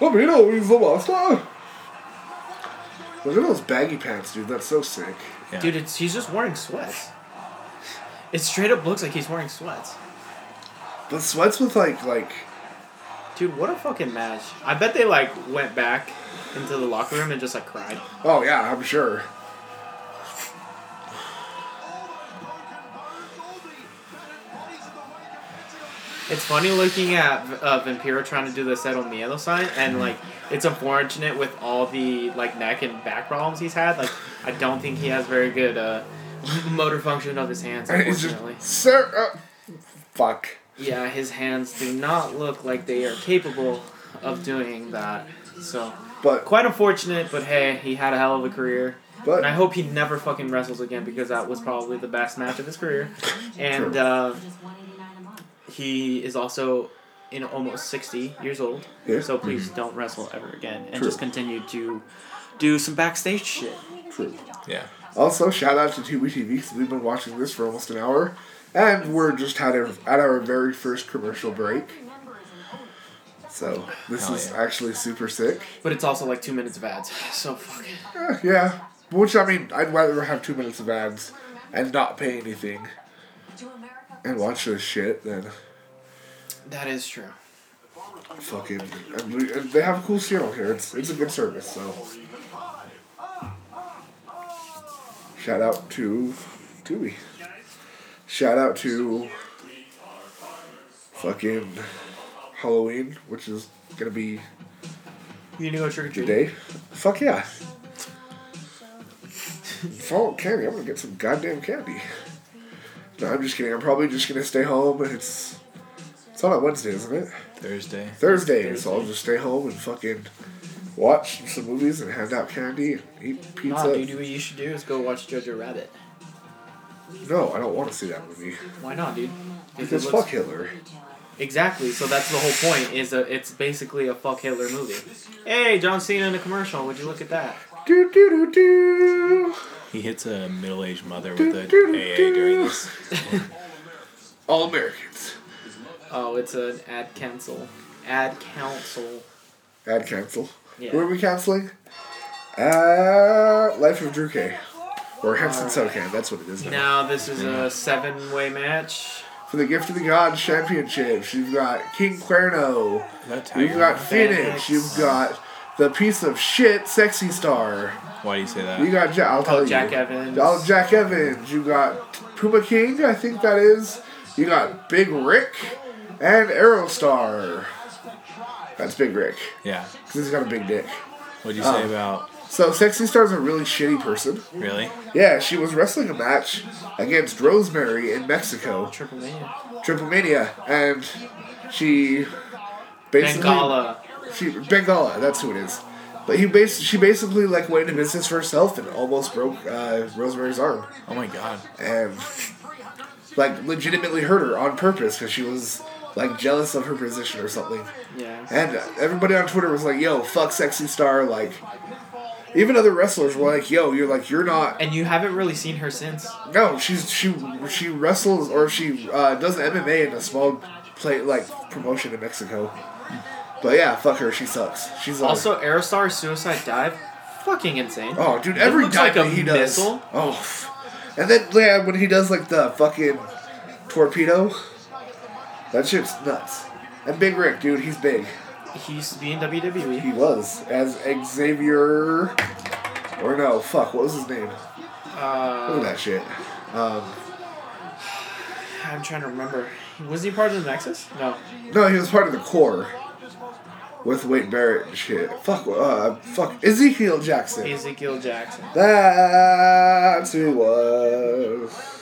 Oh, Lamino, he's the master. Look at those baggy pants, dude. That's so sick. Yeah. Dude, it's, he's just wearing sweats. It straight up looks like he's wearing sweats. The sweats with like like Dude, what a fucking match. I bet they like went back into the locker room and just like cried. oh yeah, I'm sure. It's funny looking at uh, Vampiro trying to do the settle miedo sign, and Mm-hmm. like it's unfortunate with all the like neck and back problems he's had. Like I don't think he has very good uh, motor function of his hands. It's just Unfortunately, sir. Uh, fuck. yeah, his hands do not look like they are capable of doing that. So But quite unfortunate, but hey, he had a hell of a career. but And I hope he never fucking wrestles again because that was probably the best match of his career. And True. uh, he uh, is also in almost 60 years old. Yeah. So please don't wrestle ever again and True. just continue to do some backstage shit. True. Yeah. Also, shout out to TWTV because we've been watching this for almost an hour, and we're just had our, at our very first commercial break. So this Hell is yeah. actually super sick. But it's also like two minutes of ads. So fuck it. Eh, yeah, which I mean, I'd rather have two minutes of ads and not pay anything and watch this shit than That is true. fucking. And we, and they have a cool channel here. It's it's a good service. So shout out to Tubi. Shout out to fucking Halloween, which is gonna be You need to go trick or treating. today. Fuck yeah. Fall candy. I'm gonna get some goddamn candy. No, I'm just kidding. I'm probably just gonna stay home. and It's it's on a Wednesday, isn't it? Thursday. Thursday, so I'll just stay home and fucking watch some movies and hand out candy and eat pizza. Nah, dude, what you should do is go watch Jojo Rabbit. no, I don't want to see that movie Why not, dude? If it because looks- fuck Hitler. Exactly. So that's the whole point. Is a, it's basically a fuck Hitler movie. Hey, John Cena in a commercial. Would you look at that? Do do do do. He hits a middle aged mother with a Do-do-do-do. AA during this. All Americans. Oh, it's an ad cancel. Ad council. Ad cancel. Yeah. Who are we canceling? Uh, Life of Drew K. Or Henson Uh, Sokan. That's what it is now. Now this is a seven-way match. For the Gift of the Gods Championships, you've got King Cuerno. Is that You've Tiger? got Phoenix. Phoenix. You've got the piece of shit sexy star. Why do you say that? You got ja- I'll tell you. Jack Evans. Oh, Jack Evans. You got Puma King, I think that is. You got Big Rick and Aerostar. That's Big Rick yeah. because he's got a big dick. What'd you Oh. say about. So sexy star's a really shitty person. Really? Yeah, she was wrestling a match against Rosemary in Mexico, Triple Mania. Triple Mania, and she basically Bengala. She Bengala, that's who it is. But he bas- she basically like went into business for herself and almost broke uh, Rosemary's arm Oh my god. and like legitimately hurt her on purpose because she was like jealous of her position or something. Yeah. And everybody on Twitter was like, "Yo, fuck sexy star!" Like, even other wrestlers were like, "Yo, you're like you're not And you haven't really seen her since. no, she's she she wrestles or she uh, does MMA in a small play like promotion in Mexico. But yeah, fuck her. She sucks. She's like, Also, Aerostar's suicide dive, fucking insane. oh dude, every looks time like a that he does. missile. Oh, f- and then yeah, when he does like the fucking torpedo, that shit's nuts. And Big Rick, dude, he's big. He used to be in E. WWE. He was as Xavier, or no, fuck, what was his name? Look at Uh, that shit. Um, I'm trying to remember. Was he part of the Nexus? No. No, he was part of the core with Wade Barrett and shit. Fuck, uh, fuck Ezekiel Jackson. Ezekiel Jackson. That's who he was.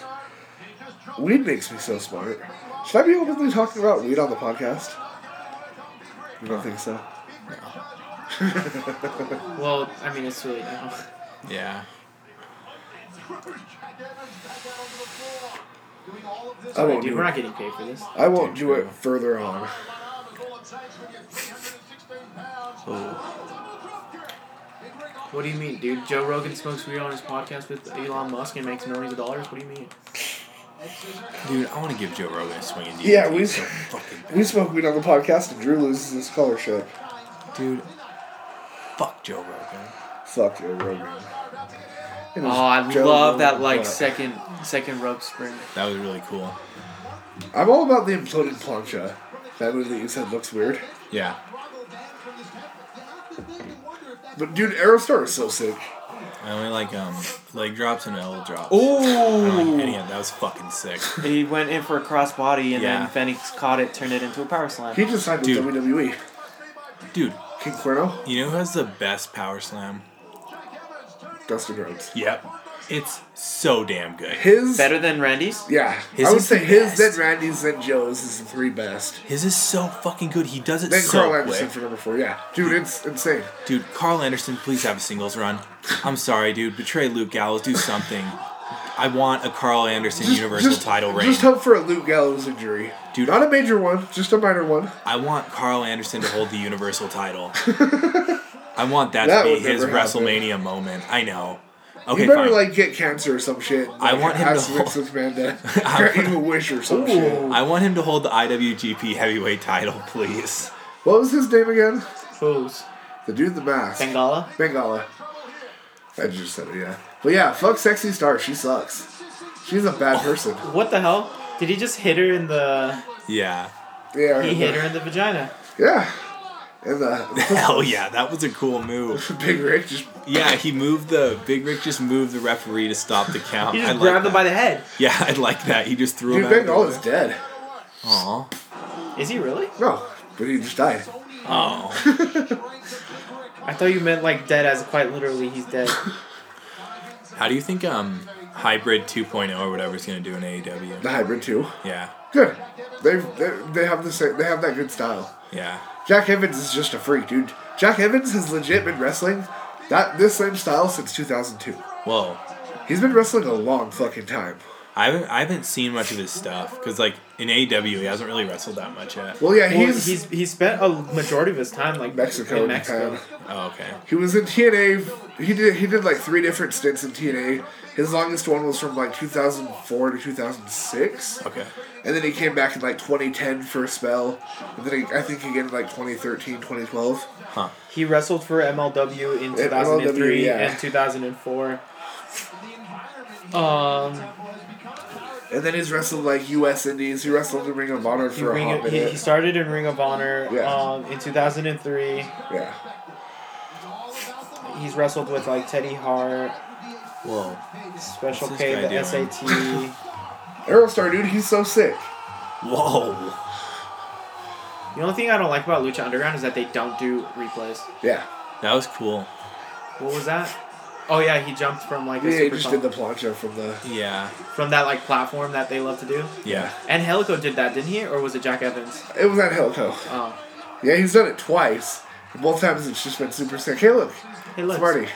Weed makes me so smart. Should I be openly talking about weed on the podcast? You don't think so? Well, I mean, it's really now. Yeah. I won't Dude, do we're it. not getting paid for this. I won't do it further on. Oh. What do you mean, dude? Joe Rogan smokes weed on his podcast with Elon Musk and makes millions of dollars? What do you mean? Dude, I want to give Joe Rogan a swing in DMT. Yeah, we- so fucking bad. We spoke weed on the podcast and Drew loses his scholarship. Dude, fuck Joe Rogan. Fuck Joe Rogan. It was Oh, I Joe love that Rogan, like but- second second rope spring. That was really cool. I'm all about the imploded plancha. That movie that you said looks weird. Yeah. But dude, Aerostar is so sick. I only like um leg drops and L drops. I don't like Ooh. any of that. That was fucking sick. He went in for a crossbody and Yeah. then Phoenix caught it, turned it into a power slam. He just signed Dude. with WWE. Dude, King Cuerno, you know who has the best power slam? Dustin Rhodes. Yep. It's so damn good. His Better than Randy's? yeah, His I would is say the his, best. then Randy's, then Joe's is the three best. His is so fucking good. He does it Then so Carl Anderson quick. for number four. Yeah, dude, it's insane. Dude, Carl Anderson, please have a singles run. I'm sorry, dude. Betray Luke Gallows. Do something. I want a Carl Anderson Universal title reign. Just hope for a Luke Gallows injury. Dude. Not a major one, just a minor one. I want Carl Anderson to hold the Universal title. I want that, That to be would his never happen. WrestleMania moment. I know. Okay, You better fine. like get cancer or some shit. I Like, want him have to some hold- Vince McMahon to grant you a wish or some shit. I want him to hold the IWGP Heavyweight title, please. What was his name again? Who's? The dude with the mask. Bengala? Bengala. I just said it, yeah. But yeah, fuck sexy star. She sucks. She's a bad person. What the hell? Did he just hit her in the? Yeah. Yeah. He hit her in the vagina. Yeah. And the Hell yeah, that was a cool move. big Rick just Yeah, he moved the Big Rick just moved the referee to stop the count. He just I like grabbed him by that. the head. Yeah, I like that. He just threw dude him out. Bengala's dead. Aw. Is he really? No, but he just died. Oh. I thought you meant like dead, as quite literally he's dead. How do you think um Hybrid 2.0 or whatever is going to do in AEW? The hybrid too. Yeah. Good. They've, they they have the same, they have that good style. Yeah. Jack Evans is just a freak, dude. Jack Evans has legit been wrestling that this same style since 2002. Whoa. He's been wrestling a long fucking time. I haven't, I haven't seen much of his stuff because like in AEW he hasn't really wrestled that much yet. Well, yeah, Well, he's, he's he spent a majority of his time like Mexico, in Mexico. Japan. Oh, okay. He was in TNA. He did he did like three different stints in TNA. His longest one was from like 2004 to 2006. Okay. And then he came back in like 2010 for a spell. And then he, I think again like 2013, 2012. Huh. He wrestled for MLW in MLW, 2003 yeah. and 2004. Um, And then he's wrestled like US Indies. He wrestled in Ring of Honor he, for a ring, hot he, minute. he started in Ring of Honor Yeah. um, in 2003. yeah. He's wrestled with like Teddy Hart, Whoa. Special What's K, this the guy doing? SAT. Aerostar, dude, he's so sick. Whoa. the only thing I don't like about Lucha Underground is that they don't do replays. Yeah. That was cool. What was that? Oh yeah, he jumped from like a Yeah, he super just top- did the plancha from the. Yeah. from that like platform that they love to do. Yeah. And Helico did that, didn't he? Or was it Jack Evans? It was at Helico. Oh, Yeah, he's done it twice. And both times it's just been super sick. Hey, look. hey, look, It's Marty.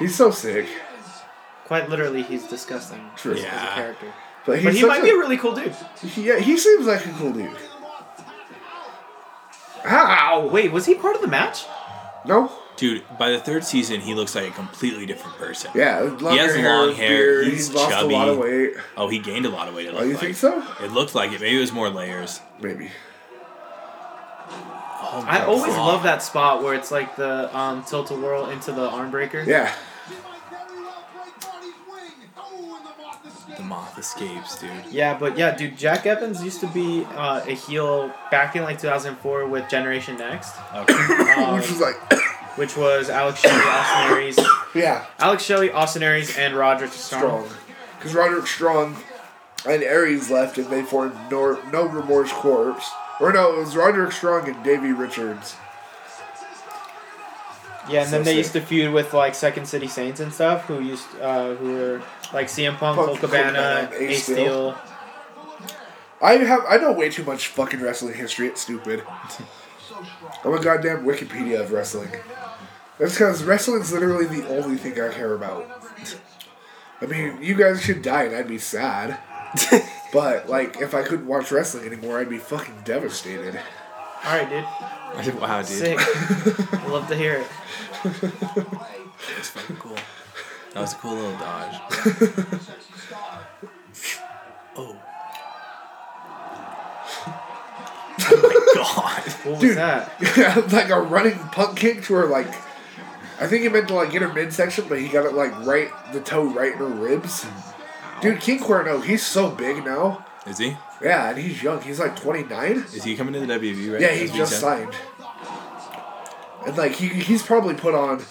He's so sick. quite literally, he's disgusting True. as a Yeah. character. But, he's But he such might a- be a really cool dude. Yeah, he seems like a cool dude. Ow! Wait, was he part of the match? No? Dude, by the third season he looks like a completely different person. Yeah, longer has hair, long hair, beard, he's he's, lost chubby. a lot of weight. Oh, he gained a lot of weight. It Oh, looked you like. think so? It looked like it. Maybe it was more layers. Maybe. Oh my I always God. love that spot where it's like the um, tilt a whirl into the arm breaker. Yeah. Oh, The moth escapes, dude. Yeah, but yeah, dude, Jack Evans used to be uh, a heel back in like 2004 with Generation Next, Okay. um, Which was like, which was Alex Shelley, Austin Aries, yeah, Alex Shelley, Austin Aries, and Roderick Strong. strong. Because Roderick Strong and Aries left and they formed No, no Remorse Corps. Or no, it was Roderick Strong and Davey Richards. Yeah, and So then they sick. used to feud with like Second City Saints and stuff, who used uh, who were like CM Punk, Punk, Cole Cole Cabana, Cabana, Ace Ace Steel. I have I know way too much fucking wrestling history. It's stupid. I'm a goddamn Wikipedia of wrestling. That's because wrestling's literally the only thing I care about. I mean, you guys should die and I'd be sad. but like, if I couldn't watch wrestling anymore, I'd be fucking devastated. All right, dude, wow, dude. sick. Love to hear it. That's fucking cool. That was a cool little dodge. oh. Oh my god. What was Dude. that? like a running punk kick to her, like I think he meant to like get her midsection, but he got it like right the toe right in her ribs. Dude, King Cuerno, he's so big now. Is he? Yeah, and he's young. He's like 29. Is he coming to the WWE right Yeah, now, he as we just said? signed. And like he, he's probably put on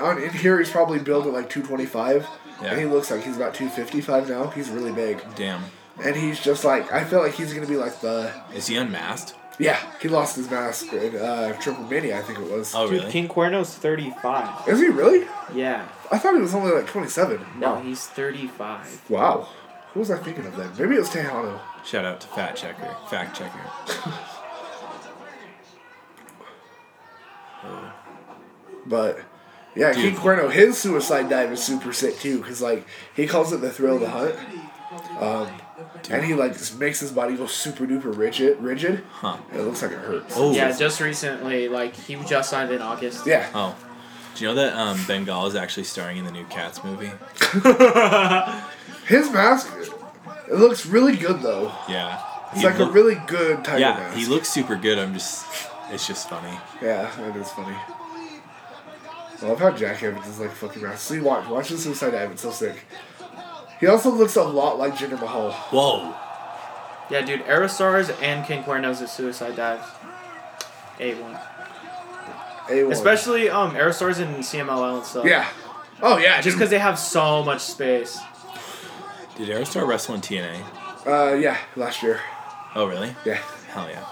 on in here he's probably billed at like 225. Yeah. And he looks like he's about 255 now. He's really big. Damn. And he's just like I feel like he's going to be like the Is he unmasked? yeah, he lost his mask in uh Triple Mania, I think it was. Oh, Dude, really? King Cuerno's 35. Is he really? Yeah. I thought he was only like 27. No, he's 35. Wow. Who was I thinking of then? Maybe it was Tejano. Shout out to Fat Checker. Fact Checker. But Yeah, Dude. King Cuerno, his suicide dive is super sick too, because like he calls it the thrill of the hunt, Um, and he like just makes his body go super duper rigid, rigid. Huh. And it looks like it hurts. Oh. Yeah, just recently, like he just signed in August. Yeah, oh. Do you know that um, Bengal is actually starring in the new Cats movie? his mask, it looks really good though. Yeah. It's He like a look- really good tiger Yeah, mask. he looks super good. I'm just, it's just funny. yeah, it is funny. I love how Jack Evans is like fucking mask. See, watch, watch the suicide dive. It's so sick. He also looks a lot like Jinder Mahal. Whoa. Yeah, dude, Aerostars and King Cuernos' suicide dives. A1. A one. Especially um Aerostars and CMLL and stuff. Yeah. Oh yeah. Just dude. because they have so much space. Did Aerostar wrestle in TNA? Uh, yeah, last year. Oh, really? Yeah. Hell yeah.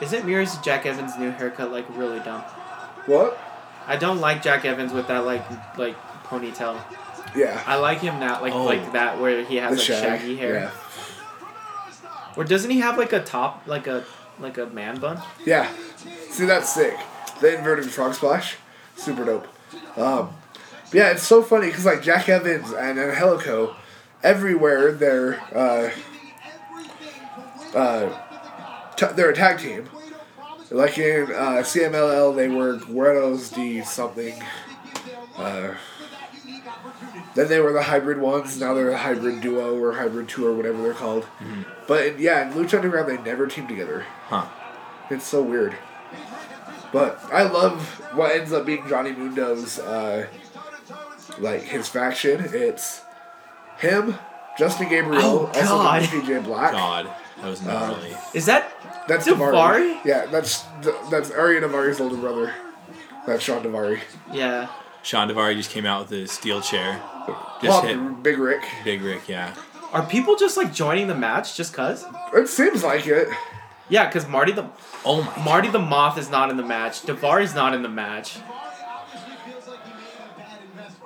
Isn't Mirror's Jack Evans' new haircut like really dumb? What? I don't like Jack Evans with that like like ponytail. Yeah. I like him now like Oh. like that where he has The like shag, shaggy hair. Yeah. Or doesn't he have like a top like a like a man bun? Yeah. See, that's sick. They inverted the frog splash. Super dope. Um, yeah, it's so funny because like Jack Evans and Angelico, everywhere they're uh, uh, t- they're a tag team. Like in uh, CMLL, they were Guerreros de something. Uh, then they were the hybrid ones. Now they're a hybrid duo or hybrid two or whatever they're called. But yeah, in Lucha Underground, they never teamed together. Huh. It's so weird. But I love what ends up being Johnny Mundo's, uh, like his faction. It's him, Justin Oh, Gabriel, also God. PJ Black. God, that was Uh, not really. Is that That's Davari. Davari? Yeah, that's that's Ari Davari's older brother. That's Sean Davari. Yeah. Sean Devari just came out with a steel chair. Just Pop, hit Big Rick. Big Rick, yeah. Are people just like joining the match just cuz? It seems like it. Yeah, cuz Marty the Oh my. Marty the Moth is not in the match. Davari's not in the match.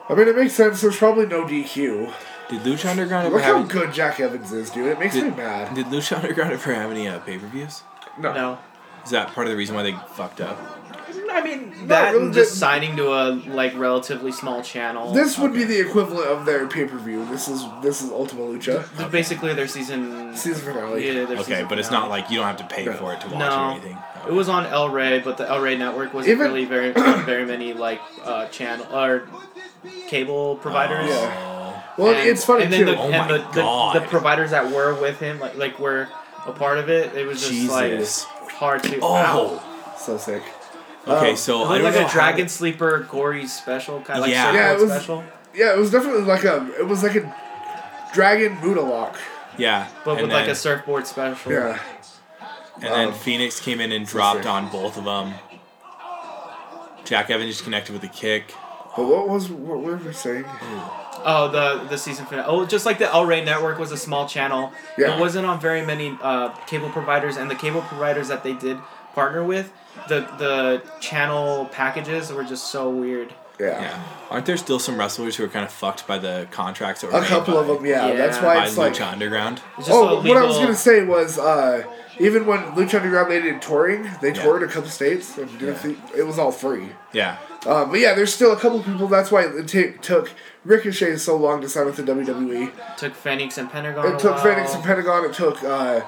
I mean, it makes sense. There's probably no DQ. Did Lucha Underground ever Look how have? good Jack Evans is, dude. It makes me Did, mad. did Lucha Underground ever have any uh, pay per views? No. Is that part of the reason why they fucked up? I mean that really and just didn't. signing to a like relatively small channel. This would be the equivalent of their pay per view. This is this is Ultima Lucha But basically their season. season finale. yeah, their Okay, season but it's finale. not like you don't have to pay No. for it to watch No. or anything. Okay. It was on El Rey, but the El Rey network wasn't Even- really very not very many like uh, channel or cable providers. Yeah. Oh. Well, And- it's funny and too. then the, Oh and the, my the- God. The, providers that were with him, like like were a part of it. It was just Jesus. like hard to. ow. Oh. so sick. Okay, Um, so It I looked don't like know a how- Dragon Sleeper gory special kind of like Yeah. circle Yeah, it was- special, Yeah, it was definitely like a. It was like a dragon moodalock. Yeah. but and with like then- a surfboard special. Yeah. And then Um, Phoenix came in and dropped sick. on both of them. Jack Evans just connected with a kick. But what was what were we saying? Oh, the the season finale. Oh, just like the El Rey Network was a small channel. Yeah. It wasn't on very many uh, cable providers, and the cable providers that they did partner with, the the channel packages were just so weird. Yeah. Yeah. Aren't there still some wrestlers who are kind of fucked by the contracts that were A made couple by, of them. Yeah. Yeah. That's by why it's Lucha like. Underground? It's just Oh, what I was illegal- gonna say was uh, even when Lucha Underground they did touring, they Yeah. toured a couple states and did a Yeah. fe- it was all free. Yeah. Um, but yeah, there's still a couple people. That's why it t- took Ricochet so long to sign with the WWE. Took Phoenix and Pentagon. It a took while. Phoenix and Pentagon. It took uh,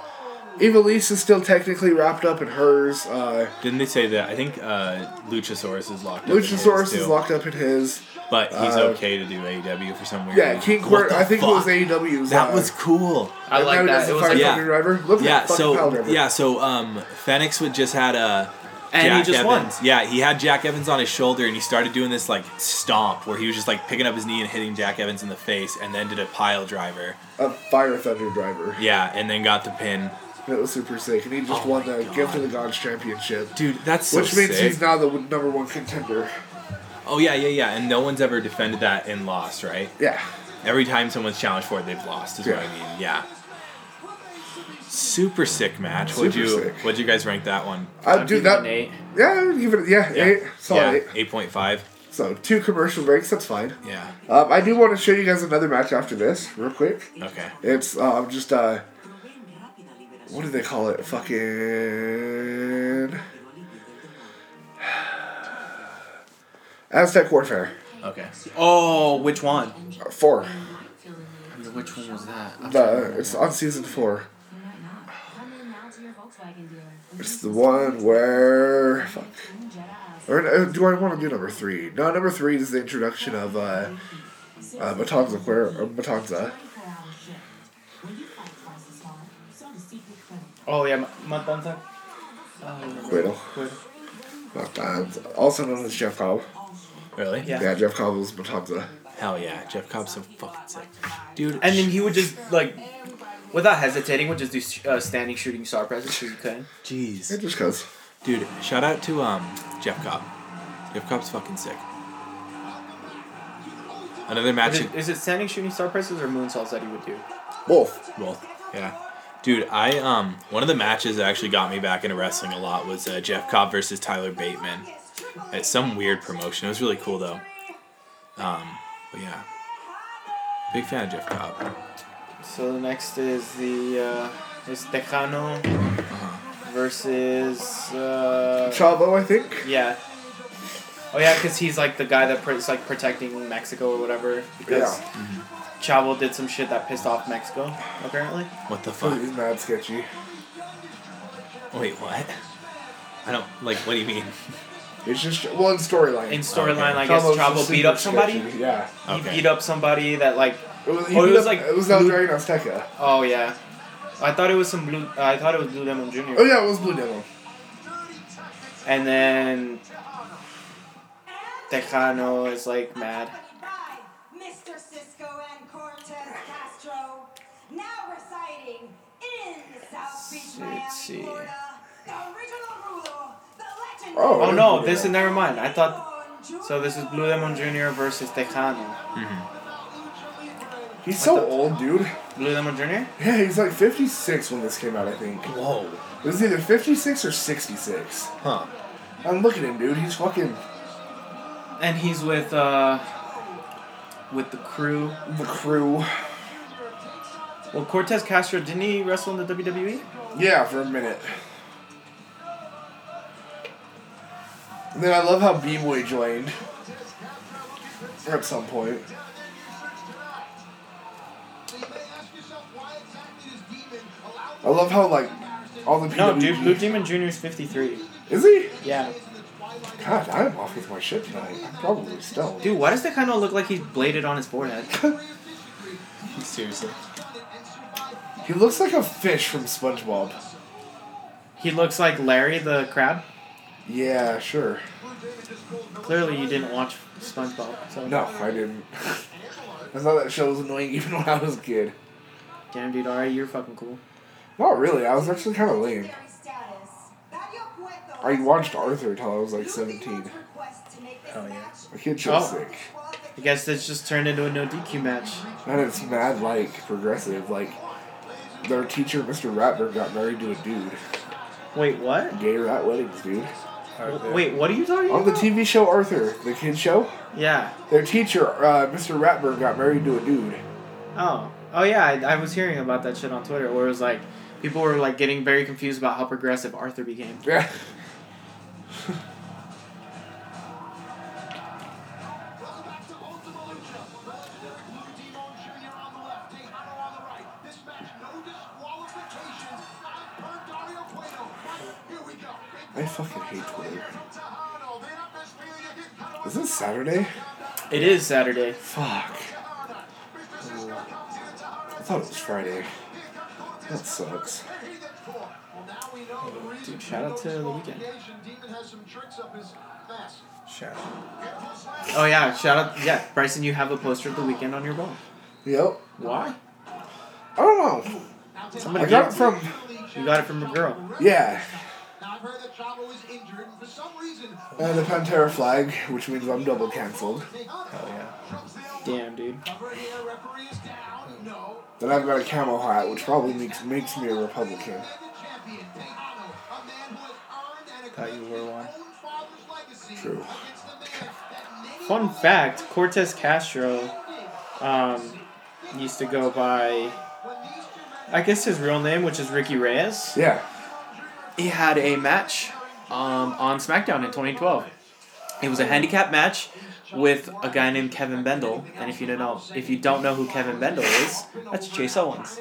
Evilise is still technically wrapped up in hers. Uh, Didn't they say that? I think uh, Luchasaurus is locked up. in his, Luchasaurus is too. locked up in his. But he's Uh, okay to do AEW for some weird Yeah, reason. King What Court. the I think it was fuck? AEW's. That uh, was cool. I and now like he that. does It the was like, Yeah. five-pound driver. Look at Yeah, that fucking pile so driver. yeah, so um Fenix would just had a And he Jack just won. Evans. Yeah, he had Jack Evans on his shoulder and he started doing this like stomp where he was just like picking up his knee and hitting Jack Evans in the face and then did a pile driver. a fire thunder driver. Yeah, and then got the pin. That was super sick, and he just Oh won my the God. Gift of the Gods Championship, Dude, that's so which means sick. he's now the w- number one contender. Oh yeah, yeah, yeah. And no one's ever defended that and lost, right? Yeah, Every time someone's challenged for it, they've lost. Is what Yeah. I mean. Yeah. Super sick match. What'd Super you sick. What'd you guys rank that one? I do giving it that. an eight. Yeah, I would give it. Yeah, eight. Solid eight. Eight point five. So two commercial breaks. That's fine. Yeah. Um, I do want to show you guys another match after this, real quick. Okay. It's um, just uh, what do they call it? Fucking Aztec Warfare Okay. Oh, which one? Four. I mean, which one was that? I'm trying to The remember. it's on season four. It's the one where fuck. Or uh, do I want to do number three? No, number three is the introduction of uh, uh Matanza, where or Matanza. Oh yeah, Oh, Matanza. Cueto. Matanza, also known as Jeff Cobb. Really? Yeah. Yeah, Jeff Cobb was Matanza. Hell yeah. Jeff Cobb's so fucking sick. Dude. And then he would just like, without hesitating, would just do sh- uh, standing shooting star presses because you couldn't. Yeah, Jeez. just cause. Dude, shout out to um Jeff Cobb. Jeff Cobb's fucking sick. Another match. Is it, is it standing shooting star presses or moonsaults that he would do? Wolf. Well, yeah. Dude, I um one of the matches that actually got me back into wrestling a lot was uh, Jeff Cobb versus Tyler Bateman at some weird promotion. It was really cool though. Um, but yeah, big fan of Jeff Cobb. So the next is the uh, is Tejano Uh-huh. versus uh, Chavo, I think. yeah. Oh yeah, because he's like the guy that pr- is like protecting Mexico or whatever. Because Yeah. Mm-hmm. Chavo did some shit that pissed off Mexico apparently. What the fuck? He's mad sketchy. Wait, what? I don't like. What do you mean? It's just one storyline. In storyline, Okay. I guess Chavo's Chavo just beat up super somebody. sketchy, Yeah. Okay. He beat up somebody that like It was, he Oh, it beat was up- like it was El Blue- Dragon Azteca. Oh yeah, I thought it was some blue. I thought it was Blue Demon Junior. Oh yeah, it was Blue Devil. And then Tejano is like mad. Mr. Cisco and Cortez Castro, now residing in South Beach, Miami, Let's see. Florida, the original ruler, the legend. Oh, Oh there's no, Blue this is Demon. never mind. I thought so. This is Blue Demon Junior versus Tejano. He's so old, dude. Blue Demon Junior. Yeah, he's like 56 when this came out, I think. Whoa. It was either 56 or 66. Huh. I'm looking at him, dude. He's fucking And he's with uh with the crew. the crew. Well, Cortez Castro didn't he wrestle in the E? WWE? Yeah, for a minute. And then I love how B-Boy joined. At some point. I love how, like, all the No, PWG dude. Blue Demon Junior is fifty three. Is he? Yeah. God, I'm off with my shit tonight. I'm probably stoned. Dude, why does Tejano look like he's bladed on his forehead? Seriously. He looks like a fish from SpongeBob. he looks like Larry the crab. Yeah, sure. Clearly, you didn't watch SpongeBob. So No, I didn't. I thought that show was annoying even when I was a kid. Damn, dude. All right, you're fucking cool. Not really. I was actually kind of lame. I watched Arthur until I was like 17. Oh yeah. My kid show's Oh. sick. I guess this just turned into a no DQ match. And it's mad, like, progressive. Like, their teacher, Mr. Ratberg, got married to a dude. Wait, what? Gay rat weddings, dude. W- Wait, what are you talking On about? the TV show Arthur, the kid show, Yeah. their teacher, uh, Mr. Ratberg, got married to a dude. Oh. Oh yeah, I, I was hearing about that shit on Twitter where it was like people were like getting very confused about how progressive Arthur became. Yeah. I fucking hate Twitter. Is this Saturday? It is Saturday. Fuck. I thought it was Friday. That sucks. Dude, shout out to the weekend. Oh yeah, shout out. Yeah, Bryson, you have a poster of the weekend on your wall. Yep. Why? I don't know. I Somebody got it gave from. you got it from a girl. Yeah. Now I've heard that Chavo is injured, and for some reason, Uh, the Pantera flag, which means I'm double cancelled. Damn, dude. cover here, referee is down. No, Then I've got a camo hat, which probably makes makes me a Republican. and the champion, Tejano, a man who has earned and Thought you were one. accomplished his own father's legacy True. against the man that many Fun fact: Cortez Castro um, used to go by, I guess his real name, which is Ricky Reyes. Yeah. He had a match um, on SmackDown in 2012. It was a handicap match with a guy named Kevin Bendel, and if you don't know, if you don't know who Kevin Bendel is, that's Chase Owens.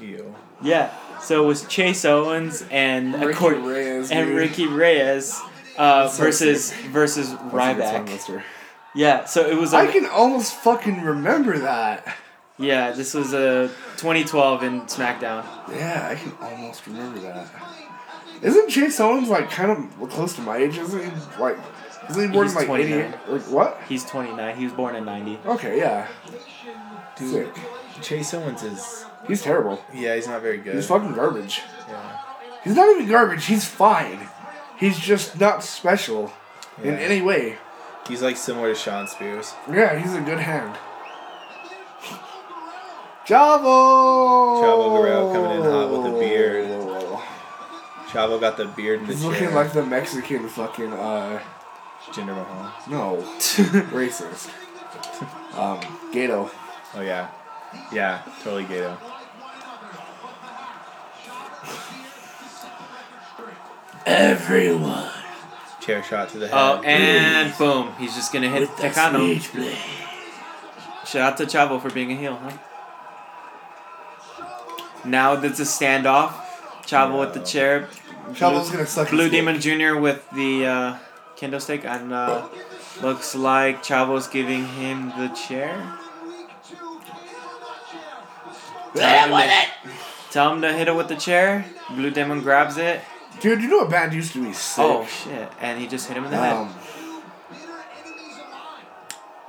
You. Yeah. So it was Chase Owens and Ricky Cor- Reyes, and dude. Ricky Reyes uh, so versus versus That's a good song Ryback. lister. Yeah. So it was. a I can almost fucking remember that. Yeah, this was a 2012 in SmackDown. Yeah, I can almost remember that. Isn't Chase Owens like kind of close to my age? Isn't he like? Isn't he born in He's like 29. eighty? Or what? He's 29. He was born in 90. Okay, yeah. Dude, Sick. Chase Owens is. He's terrible. Yeah, he's not very good. He's fucking garbage. yeah. He's not even garbage. He's fine. He's just not special in Yeah. any way. He's like similar to Sean Spears. Yeah, he's a good hand. Chavo. Chavo Guerrero coming in hot with a beard. Chavo got the beard and the He's chin. looking like the Mexican fucking uh Jinder Mahal. no racist. Um, Gato. Oh yeah, yeah, totally Gato. Everyone. Chair shot to the head. Oh, and boom. He's just going to hit Takano. Shout out to Chavo for being a heel, huh? Now that's a standoff. Chavo with the chair. Chavo's gonna suck. Blue his dick. Demon Jr. with the uh, kendo stick. And uh, looks like Chavo's giving him the chair. Tell him, to, tell him to hit it with the chair. Blue Demon grabs it. Dude, you know a band used to be sick. Oh shit! And he just hit him in the Um, head.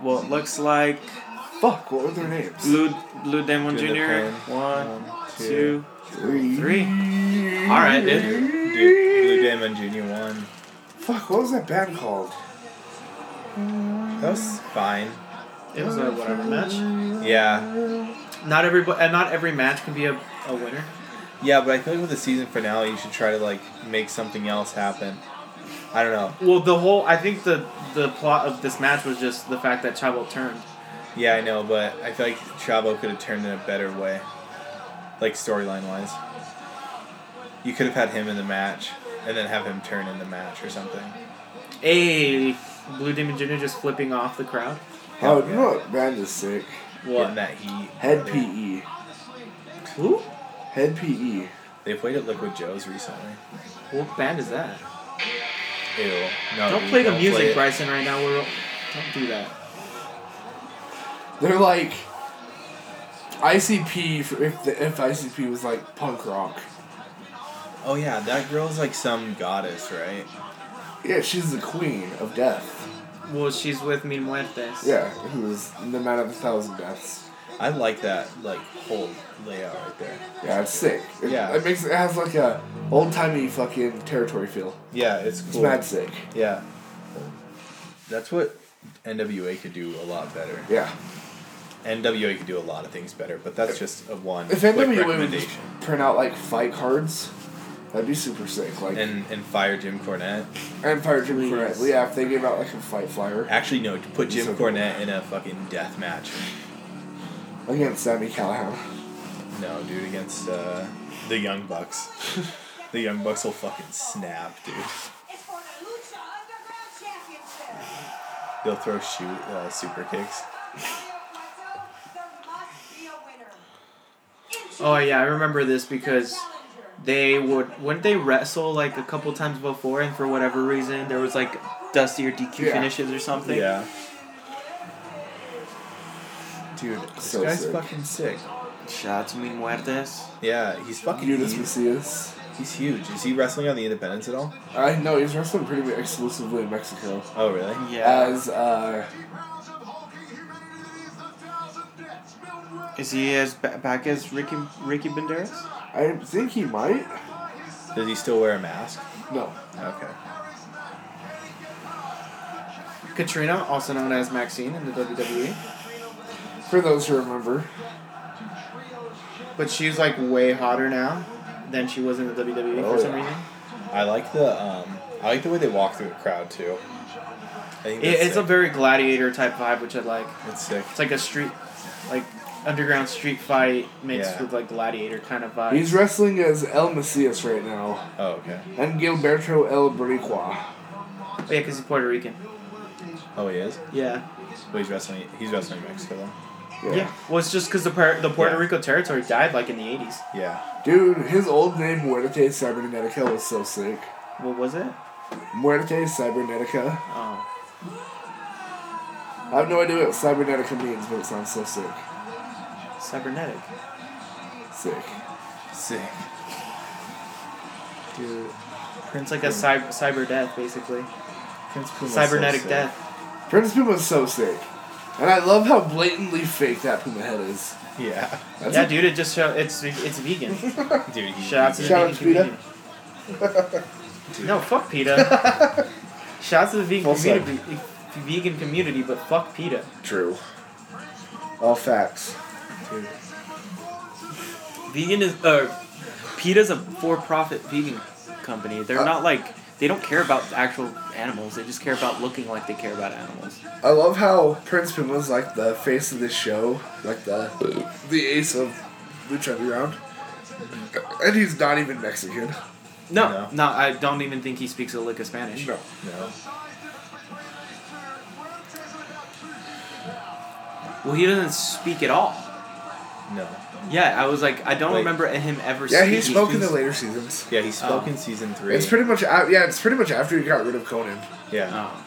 Well, it looks like fuck. What were their names? Blue Blue Demon Doing the Jr. pin. One, two, two. Three. three. All All right, dude. Dude, Blue Demon Junior won. Fuck. What was that band called? That was fine. It was a whatever match. Yeah, Not every and not every match can be a, a winner. yeah, but I feel like with the season finale, you should try to like make something else happen. I don't know. Well, the whole I think the the plot of this match was just the fact that Chavo turned. Yeah, I know, but I feel like Chavo could have turned in a better way, like storyline wise. You could have had him in the match, and then have him turn in the match or something. Hey, Blue Demon Jr. just flipping off the crowd. Hell oh, you yeah. know what band is sick? Getting that heat. Head PE. Who? Head E. PE. They played at Liquid Joe's recently. What band is that? Ew. No, Don't you play the music, Mm, play it. Bryson, right now. We're don't do that. They're like ICP. For if the, if ICP was like punk rock. Oh yeah, that girl's like some goddess, right? Yeah, she's the queen of death. Well, she's with Mi Muertes. Yeah, who's the man of a thousand deaths. I like that like whole layout right there. Yeah, it's sick. It, Yeah. it makes it has like a old timey fucking territory feel. Yeah, it's It's cool. mad sick. Yeah. That's what NWA could do a lot better. Yeah. NWA could do a lot of things better, but that's just a one If quick NWA would just recommendation. print out like fight cards, that'd be super sick. Like And and fire Jim Cornette. Empire Jim Cornette. Yeah, if they gave out like a fight flyer Actually, no, to put Jim So cool. Cornette in a fucking death match. against Sammy Callahan. No, dude, against uh, the Young Bucks. the Young Bucks will fucking snap, dude. It's for the Lucha Underground Championship. They'll throw shoot uh, super kicks. Oh yeah, I remember this because they would wouldn't they wrestle like a couple times before, and for whatever reason there was like dusty or DQ Yeah. finishes or something. Yeah. Dude, this So guy's sick. fucking sick. Shout out to Mi Muertes. Yeah, he's fucking Judas huge. Macias. He's huge. Is he wrestling on the Independence at all? I know he's wrestling pretty much exclusively in Mexico. Oh, really? Yeah. As uh, Is he as ba- back as Ricky Ricky Banderas? I think he might. Does he still wear a mask? No, Okay. Katrina, also known as Maxine in the E, WWE, for those who remember. but she's like way hotter now than she was in the WWE Oh, for some yeah. reason. I like the um, I like the way they walk through the crowd too. think It, that's it's a sick. very gladiator type vibe, which I like. That's sick. It's like a street, like underground street fight mixed Yeah. with like gladiator kind of vibe. He's wrestling as El Macias right now, Oh, okay. and Gilberto El Boricua. Oh, yeah, because he's Puerto Rican. Oh, he is. Yeah. Well, he's wrestling. He's wrestling in Mexico then. Yeah. Well, it's just because the Puer- the Puerto Yeah. Rico territory died like in the eighties. Yeah. Dude, his old name Muerte Cybernetica was so sick. What was it? Muerte Cybernetica. Oh. I have no idea what Cybernetica means, but it sounds so sick. Cybernetic. Sick. Sick. Dude. Prince like a cyber cyber death basically. Prince Puma's Hmm. so Cybernetic sick. death. Prince Puma's so sick. And I love how blatantly fake that Puma head is. Yeah. That's Yeah, dude. It just show it's it's vegan. Dude, he, Shout out to the Shout out vegan to PETA. community. No, fuck PETA. Shout out to the vegan Full community, vegan community, but fuck PETA. True. All facts. Vegan is uh, PETA's a for-profit vegan company. Uh. They're not like they don't care about actual animals. They just care about looking like they care about animals. I love how Prince Puma's like the face of this show, like the the ace of Lucha Underground. And he's not even Mexican. No, No. no, I don't even think he speaks a lick of Spanish. No. no. Well, he doesn't speak at all. No. Yeah, I was like, I don't Wait. remember him ever. Yeah, he speaking. spoke in the later seasons. Yeah, he spoke Oh. in season three. It's pretty much a- yeah, it's pretty much after he got rid of Conan. Yeah. Oh.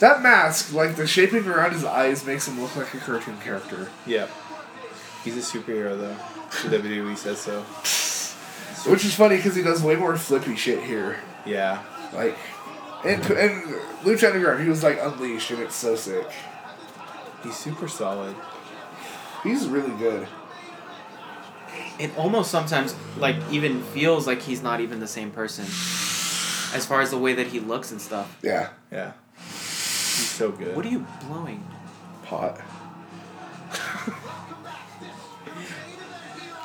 That mask, like the shaping around his eyes, makes him look like a cartoon character. Yeah. He's a superhero though. The WWE says so. Which is funny because he does way more flippy shit here. Yeah. Like, and and Lucha Underground, he was like unleashed, and it's so sick. He's super solid. He's really good. It almost sometimes like even feels like he's not even the same person, as far as the way that he looks and stuff. Yeah. Yeah. He's so good. What are you blowing? Pot.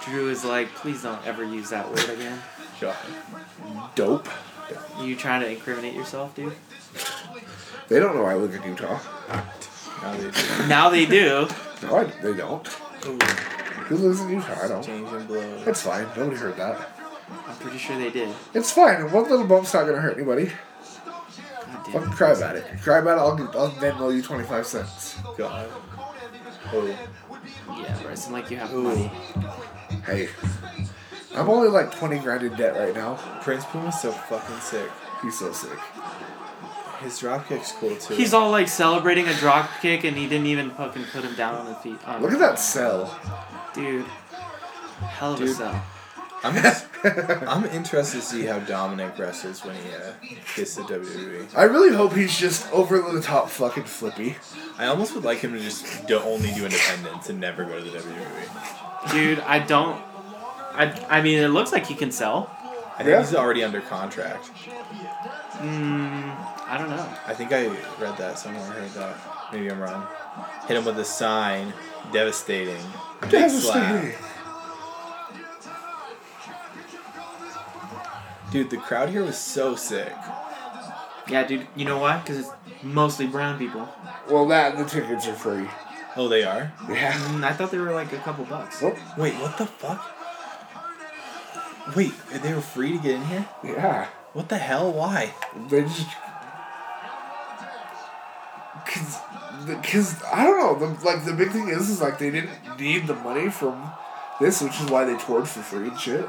Drew is like, please don't ever use that word again. God. Dope. You trying to incriminate yourself, dude? They don't know I live in Utah. Now they just Now they do. No, I, they don't. Who lives in Utah? I don't. change and blow. It's fine. Nobody heard that. I'm pretty sure they did. It's fine. One little bump's not gonna hurt anybody. God damn. Fucking cry about it. Cry about it. I'll get- I'll Venmo you twenty five cents. God. Oh. Yeah, Bryson, like you have money. Hey, I'm only like twenty grand in debt right now. Prince Puma's so fucking sick. He's so sick. His dropkick's cool too. He's all like celebrating a drop kick, and he didn't even fucking put him down on the feet. Oh, Look at that cell. dude. Hell of a Dude. cell. I'm just, I'm interested to see how Dominic wrestles when he uh, gets to WWE. I really hope he's just over the top fucking flippy. I almost would like him to just do, only do independence and never go to the E. WWE. Dude, I don't. I, I mean, it looks like he can sell. I think Yeah. he's already under contract. I don't know. I think I read that somewhere. I heard that. Maybe I'm wrong. Hit him with a sign. Devastating. Big Devastating. slap. Dude, the crowd here was so sick. Yeah, dude, you know why? Because it's mostly brown people. Well, that and the tickets are free. Oh, they are. Yeah. Oh, Mm, I thought they were like a couple bucks. Nope. Wait, what the fuck? Wait, they were free to get in here? Yeah. What the hell? Why? They just. Cause, the, cause I don't know. The, like the big thing is, is like they didn't need the money from this, which is why they toured for free and shit.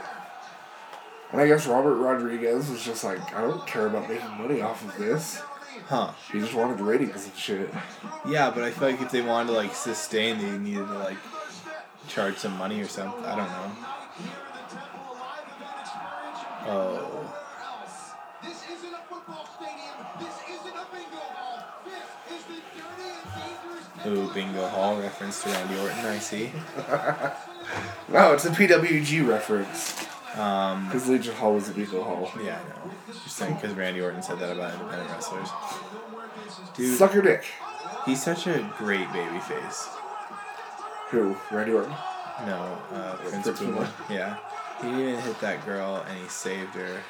And I guess Robert Rodriguez was just like, I don't care about making money off of this. Huh? He just wanted the ratings and shit. Yeah, but I feel like if they wanted to like sustain, they needed to like charge some money or something. I don't know. Oh, This isn't a football stadium. This isn't a bingo hall. This is the dirty and dangerous ooh, bingo hall reference to Randy Orton. I see. No, it's a PWG reference. Um, Cause Legion Hall was a Beagle Hall. yeah, I know. Just saying, because Randy Orton said that about independent wrestlers. Dude, Sucker dick. he's such a great baby face. Who? Randy Orton. No, uh, Prince Prince Puma. Puma. Yeah, he even hit that girl and he saved her.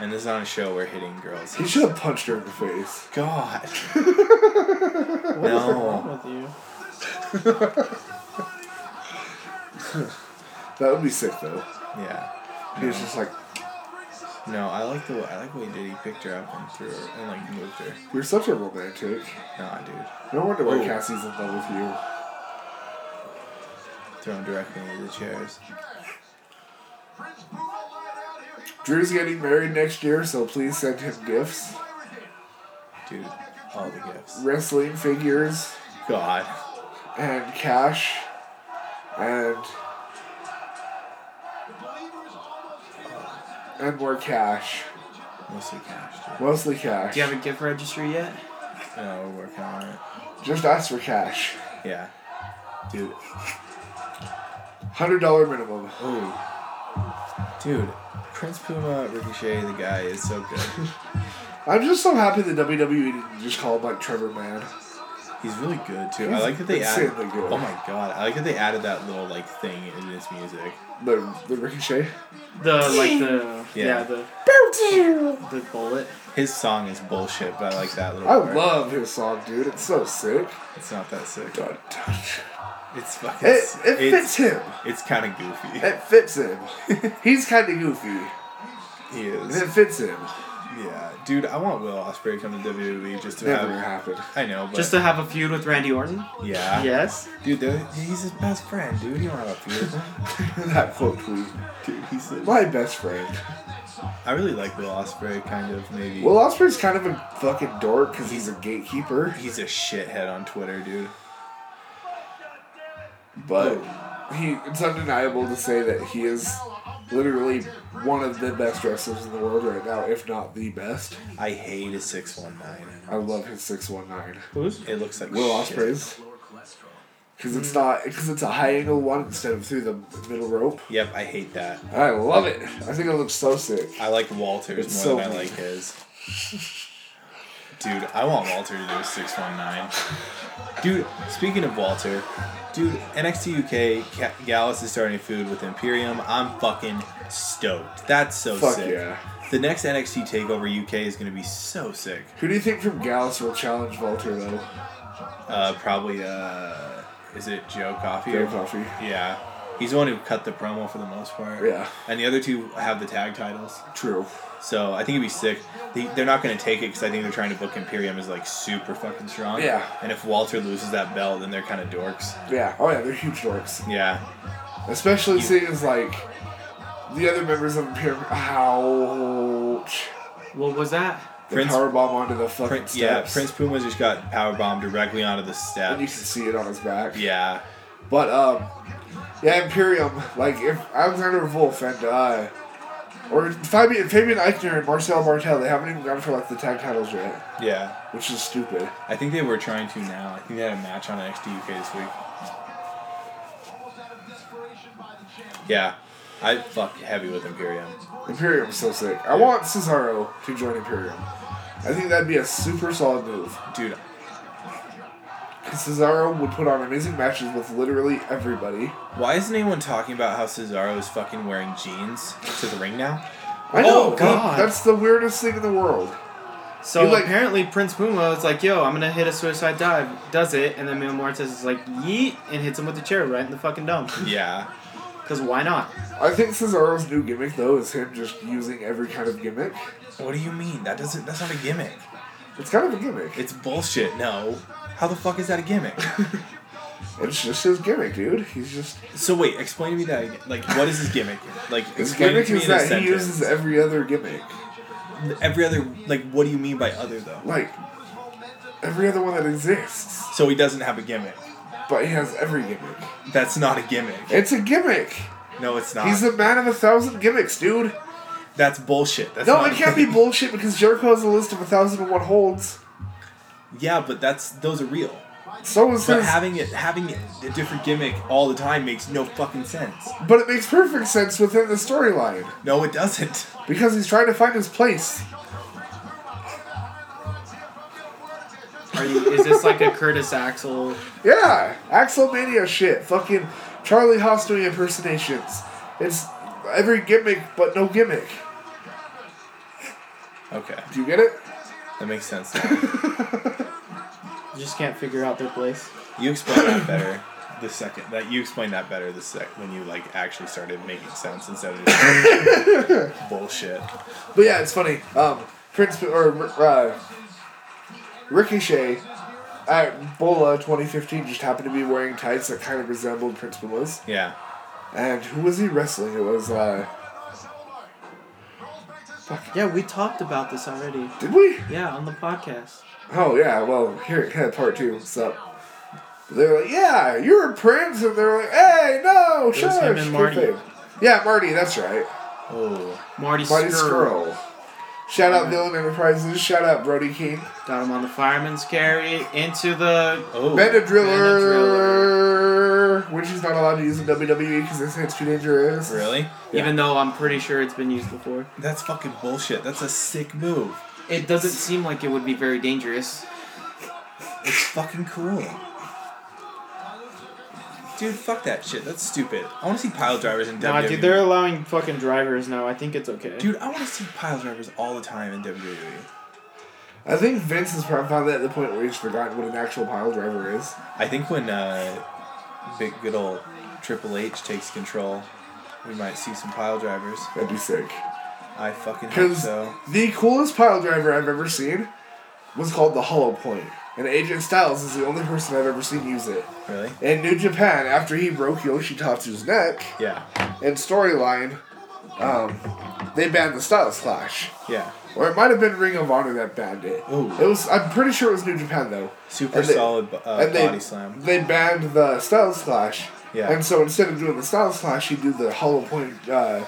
And this is on a show where hitting girls. He should have punched her in the face. God. no. with you. That would be sick though. Yeah. He was just like, No, I like the I like what he did. He picked her up and threw her and like moved her. "You're such a romantic. Nah, dude. No wonder why Whoa. Cassie's in love with you." Thrown directly into the chairs. Drew's getting married next year, so please send him gifts, Dude, all the gifts. wrestling figures, God. and cash, and and more cash, Mostly cash. Dude. mostly cash. Do you have a gift registry yet? No, we're working on it. Just ask for cash. Yeah. Dude. Hundred dollar minimum. Oh. Dude. Prince Puma, Ricochet, the guy is so good. I'm just so happy that WWE didn't just call him like Trevor Mann. He's really good too. I He's like that they added. insanely good. Oh my god! I like that they added that little like thing in his music. The the Ricochet. The like the Yeah. yeah, the the bullet. His song is bullshit, but I like that little. I part. love his song, dude. It's so sick. It's not that sick. Don't touch. It's fucking. It, it it's, fits him. It's kind of goofy. It fits him. He's kind of goofy. he and is. It fits him. Yeah, dude. I want Will Ospreay to come to WWE just to Never have. happened. I know, but Just to have a feud with Randy Orton? yeah, Yes. Dude, they're- he's his best friend, dude. You don't have a feud with him. that quote, please. Dude, he's. the- My best friend. I really like Will Ospreay, kind of maybe. Will Ospreay's kind of a fucking dork because he's a gatekeeper, he's a shithead on Twitter, dude. but he it's undeniable to say that he is literally one of the best wrestlers in the world right now, if not the best. I hate his six one nine. I love his six one nine. It looks like Will shit. Ospreay's. Because it's not because it's a high angle one instead of through the middle rope. Yep, I hate that. I love it. I think it looks so sick. I like Walter's It's more so than I mean. like his. Dude, I want Walter to do six one nine. Dude, speaking of Walter, dude, NXT UK Ca- Gallus is starting food with Imperium. I'm fucking stoked. That's so Fuck sick. yeah. The next NXT Takeover UK is gonna be so sick. Who do you think from Gallus will challenge Volter though? Uh, probably uh, is it Joe Coffee? Joe Coffey. Yeah, he's the one who cut the promo for the most part. Yeah. and the other two have the tag titles. True. So I think it'd be sick. They, they're not going to take it because I think they're trying to book Imperium as like super fucking strong. Yeah. And if Walter loses that belt, then they're kind of dorks. Yeah. Oh yeah, they're huge dorks. Yeah. Especially seeing as like the other members of Imperium. Ouch. What was that? The Prince- power bomb onto the fucking Prince, yeah. steps. Prince Puma just got power bombed directly onto the And you can steps. see it on his back. Yeah. But um, yeah, Imperium. Like if Alexander Wolf and uh, or Fabian Fabian Eichner and Marcel Martel, they haven't even gone for like the tag titles yet, Yeah. which is stupid. I think they were trying to now. I think they had a match on NXT UK this week. Yeah. I fuck heavy with Imperium. Imperium's so sick. I want Cesaro to join Imperium. I think that'd be a super solid move. Dude, Because Cesaro would put on amazing matches with literally everybody. why isn't anyone talking about how Cesaro is fucking wearing jeans to the ring now? I know, Oh, dude, God. that's the weirdest thing in the world. So You like- apparently Prince Puma is like, yo, I'm gonna hit a suicide dive, does it, and then Mil Muertes is like, yeet, and hits him with the chair right in the fucking dome. Yeah. Cause why not? I think Cesaro's new gimmick, though, is him just using every kind of gimmick. What do you mean? That doesn't. That's not a gimmick. It's kind of a gimmick. It's bullshit. No. How the fuck is that a gimmick? It's just his gimmick, dude. He's just. so wait, explain to me that. Again. Like, what is his gimmick? Like, His explain it gimmick to me is in a that he sentence. uses every other gimmick. every other. Like, what do you mean by other though? Like, every other one that exists. So he doesn't have a gimmick. But he has every gimmick. That's not a gimmick. It's a gimmick. No, it's not. He's the man of a thousand gimmicks, dude. that's bullshit. That's No, not it a can't be gimmick. bullshit because Jericho has a list of a thousand and one holds. Yeah, but that's those are real. So is But his. having it, having it, a different gimmick all the time makes no fucking sense. But it makes perfect sense within the storyline No, it doesn't. because he's trying to find his place. Are you, is this like a Curtis Axel? Yeah, Axel Mania shit. Fucking Charlie Haas doing impersonations. It's every gimmick, but no gimmick. Okay, Do you get it? that makes sense. now. You just can't figure out their place. you explained that better. The second that you explained that better, the sec when you like actually started making sense instead of just bullshit. But yeah, it's funny. Um, Prince or uh, Ricochet at Bola 2015 just happened to be wearing tights that kind of resembled Prince Bula's. Yeah, And who was he wrestling? It was uh, Yeah, we talked about this already. did we? Yeah, on the podcast. Oh yeah, well here it had part two. So they were like, "Yeah, you're a prince," and they're like, "Hey, no, sure." him and sure Marty. thing." Yeah, Marty. That's right. Oh. Marty, Marty Skrull. Skrull. Shout out Dylan Enterprises. Shout out Brody King. Got him on the fireman's carry into the. Oh, Beta Driller, Driller. which is not allowed to use in E WWE because they say it's too dangerous. really? Even though I'm pretty sure it's been used before. That's fucking bullshit. That's a sick move. It doesn't seem like it would be very dangerous. It's fucking cool. Dude, fuck that shit. That's stupid. I want to see pile drivers in Nah, WWE. dude, they're allowing fucking drivers now. I think it's okay. Dude, I want to see pile drivers all the time in E. WWE. I think Vince has probably found that at the point where he's forgotten what an actual pile driver is. I think when uh, big good old Triple H takes control, we might see some pile drivers. That'd be sick. I fucking hope Because so. the coolest pile driver I've ever seen was called the Hollow Point, and AJ Styles is the only person I've ever seen use it. Really? In New Japan, after he broke Yoshitatsu's neck Yeah. in storyline, um, they banned the Styles Clash. Yeah. Or it might have been Ring of Honor that banned it. Ooh. It was. I'm pretty sure it was New Japan though. Super And they- solid bu- uh, and they, body slam. They banned the Styles Clash. Yeah. And so instead of doing the Styles Clash, you do the Hollow Point. Uh,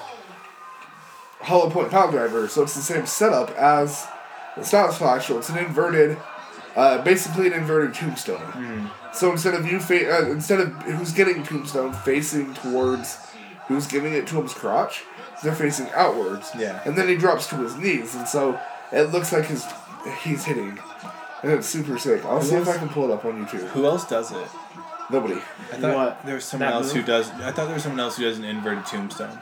Hollow Point Power Driver. So it's the same setup as the Styles Clash. So it's an inverted, uh, basically an inverted tombstone. Hmm. So instead of you fa- uh, instead of who's getting tombstone facing towards who's giving it to him's crotch, they're facing outwards. Yeah. And then he drops to his knees, and so it looks like his he's hitting. And it's super sick. I'll see if I can pull it up on YouTube. Who else does it? Nobody. I thought What? there was someone That else who move? does. I thought there was someone else who does an inverted tombstone.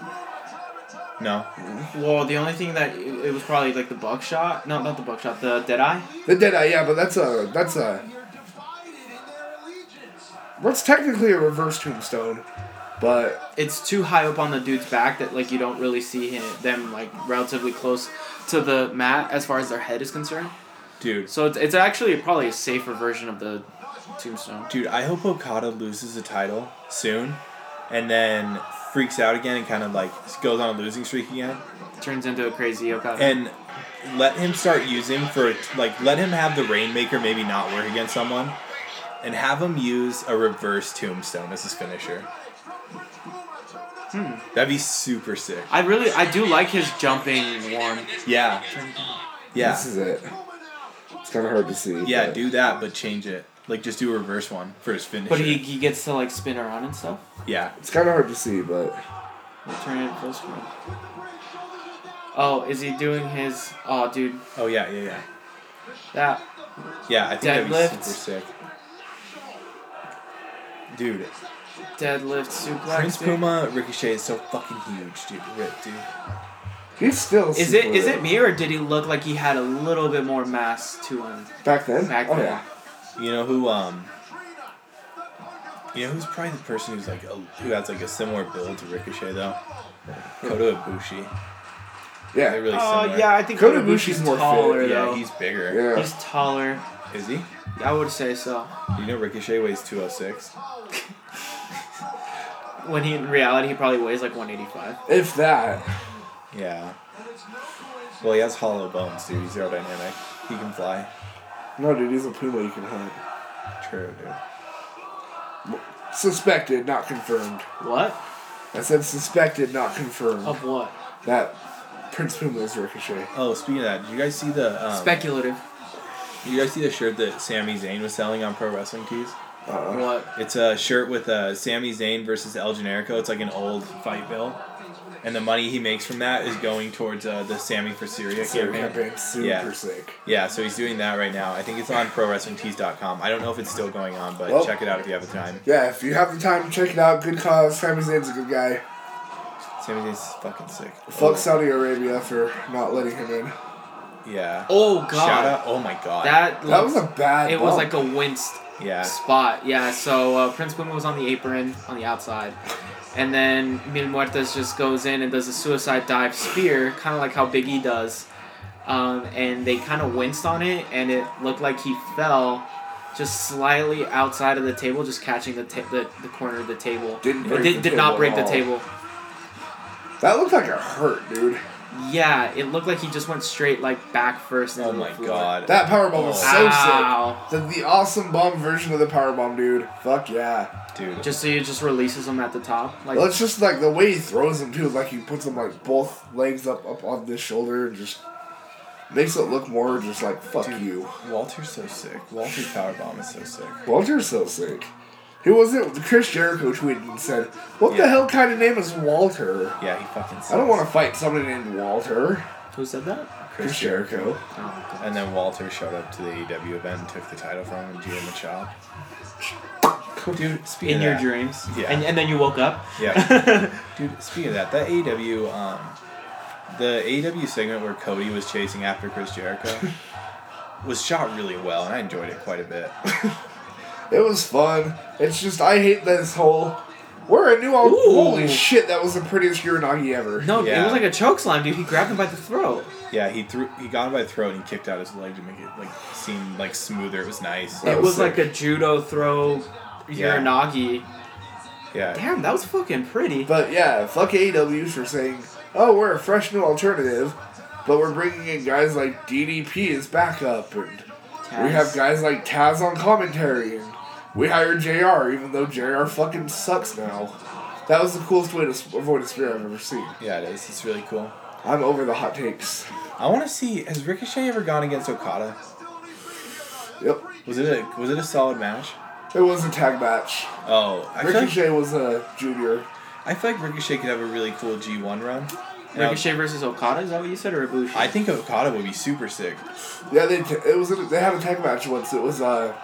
No. Well, the only thing that it it was probably like the buckshot. No, not the buckshot. The Deadeye. The Deadeye, yeah, but that's a that's a You're divided in their allegiance. what's technically a reverse tombstone, but It's too high up on the dude's back that like you don't really see him, them like relatively close to the mat as far as their head is concerned. Dude, So it's, it's actually probably a safer version of the tombstone. Dude, I hope Okada loses the title soon and then freaks out again and kind of like goes on a losing streak again. Turns into a crazy Okada. And let him start using for like, let him have the Rainmaker maybe not work against someone and have him use a reverse tombstone as his finisher. Hmm. That'd be super sick. I really I do like his jumping one. Yeah. This Yeah. is it. It's kind of hard to see. Yeah, but- do that, but change it. Like, just do a reverse one for his finisher. But he, he gets to like spin around and stuff. yeah. It's kind of hard to see, but Like, Turn it full screen. Oh, is he doing his? Oh, dude, Oh, yeah, yeah, yeah. that Yeah, I think that'd be Deadlift. super sick. Dude, deadlift suplex. Prince dude. Puma Ricochet is so fucking huge, dude. Rip, dude. he's still. Is it super- is it me or did he look like he had a little bit more mass to him? back then? Back oh then. yeah. You know who? Um, you know who's probably the person who's like a, who has like a similar build to Ricochet though. Kota Ibushi. Yeah. They're really Oh similar. yeah, I think Kota Ibushi's Ibushi's more fit, taller Yeah, though. he's bigger. yeah. he's taller. Is he? I would say so. You know Ricochet weighs two oh six. When he in reality he probably weighs like 185. If that. Yeah. Well, he has hollow bones, dude. He's aerodynamic. He can fly. No, dude, he's a puma you can hunt. True, dude. Suspected, not confirmed. What? I said suspected, not confirmed. Of what? That Prince Puma is Ricochet. Oh, speaking of that, did you guys see the um, Speculative. You guys see the shirt that Sami Zayn was selling on Pro Wrestling Tees? Uh, What? It's a shirt with uh, Sami Zayn versus El Generico. It's like an old fight bill, and the money he makes from that is going towards uh, the Sammy for Syria Super campaign. campaign, super Yeah. sick. Yeah, so he's doing that right now. I think it's on ProWrestlingTees.com. I don't know if it's still going on, but Well- check it out if you have the time. Yeah, if you have the time, check it out. Good cause. Sami Zayn's a good guy. Sami Zayn's fucking sick. Oh, Oh. Fuck Saudi Arabia for not letting him in. Yeah. Oh god, Shout out. Oh my god. that That looked- was a bad. It was like bump. a winced yeah. spot. Yeah, so uh, Prince Puma was on the apron on the outside. And then Mil Muertes just goes in and does a suicide dive spear, kind of like how Big E does. Um, and they kind of winced on it, and it looked like he fell just slightly outside of the table, just catching the, ta- the, the corner of the table. Didn't It break did, the did not table break at the all. table. That looked like it hurt, dude. Yeah, it looked like he just went straight like back first. into Oh the my floor. god. That power bomb was so Ow. sick. The, the awesome bomb version of the power bomb, dude. Fuck yeah. dude. Just so he just releases him at the top, like Well, it's just like the way he throws him too. Like he puts him like both legs up up on this shoulder and just makes it look more just like fuck you. Walter's so sick. Walter's power bomb is so sick. Walter's so sick. He wasn't. Chris Jericho tweeted and said, "What Yeah. the hell kind of name is Walter? Yeah, he fucking. Sucks. I don't want to fight somebody named Walter." who said that? Chris Jericho. And then Walter showed up to the AEW event and took the title from him and gave him a chop. Dude, speaking In of your that, dreams, Yeah. and, and then you woke up. Yeah. Dude, speaking of that, that AEW, um, the AEW segment where Cody was chasing after Chris Jericho was shot really well, and I enjoyed it quite a bit. It was fun. It's just I hate this whole. We're a new. Holy shit! That was the prettiest Uranagi ever. No, Yeah. it was like a choke slam, dude. He grabbed him by the throat. yeah, he threw, he got him by the throat and he kicked out his leg to make it like seem like smoother. It was nice. That it was was like sick. a judo throw, Yeah. Uranagi. Yeah, Damn, that was fucking pretty. But yeah, fuck AEW for saying, oh, we're a fresh new alternative, but we're bringing in guys like DDP as backup, and we have guys like Taz on commentary, and we hired JR, even though JR fucking sucks now. That was the coolest way to s- avoid a spear I've ever seen. yeah, it is. It's really cool. I'm over the hot takes. I want to see has Ricochet ever gone against Okada? Yep. Was it a was it a solid match? It was a tag match. Oh, I feel, like, Ricochet was a junior. I feel like Ricochet could have a really cool G one run. And I- Ricochet versus Okada, is that what you said, or Ibushi? I think Okada would be super sick. Yeah, they t- it was a, they had a tag match once. It was uh,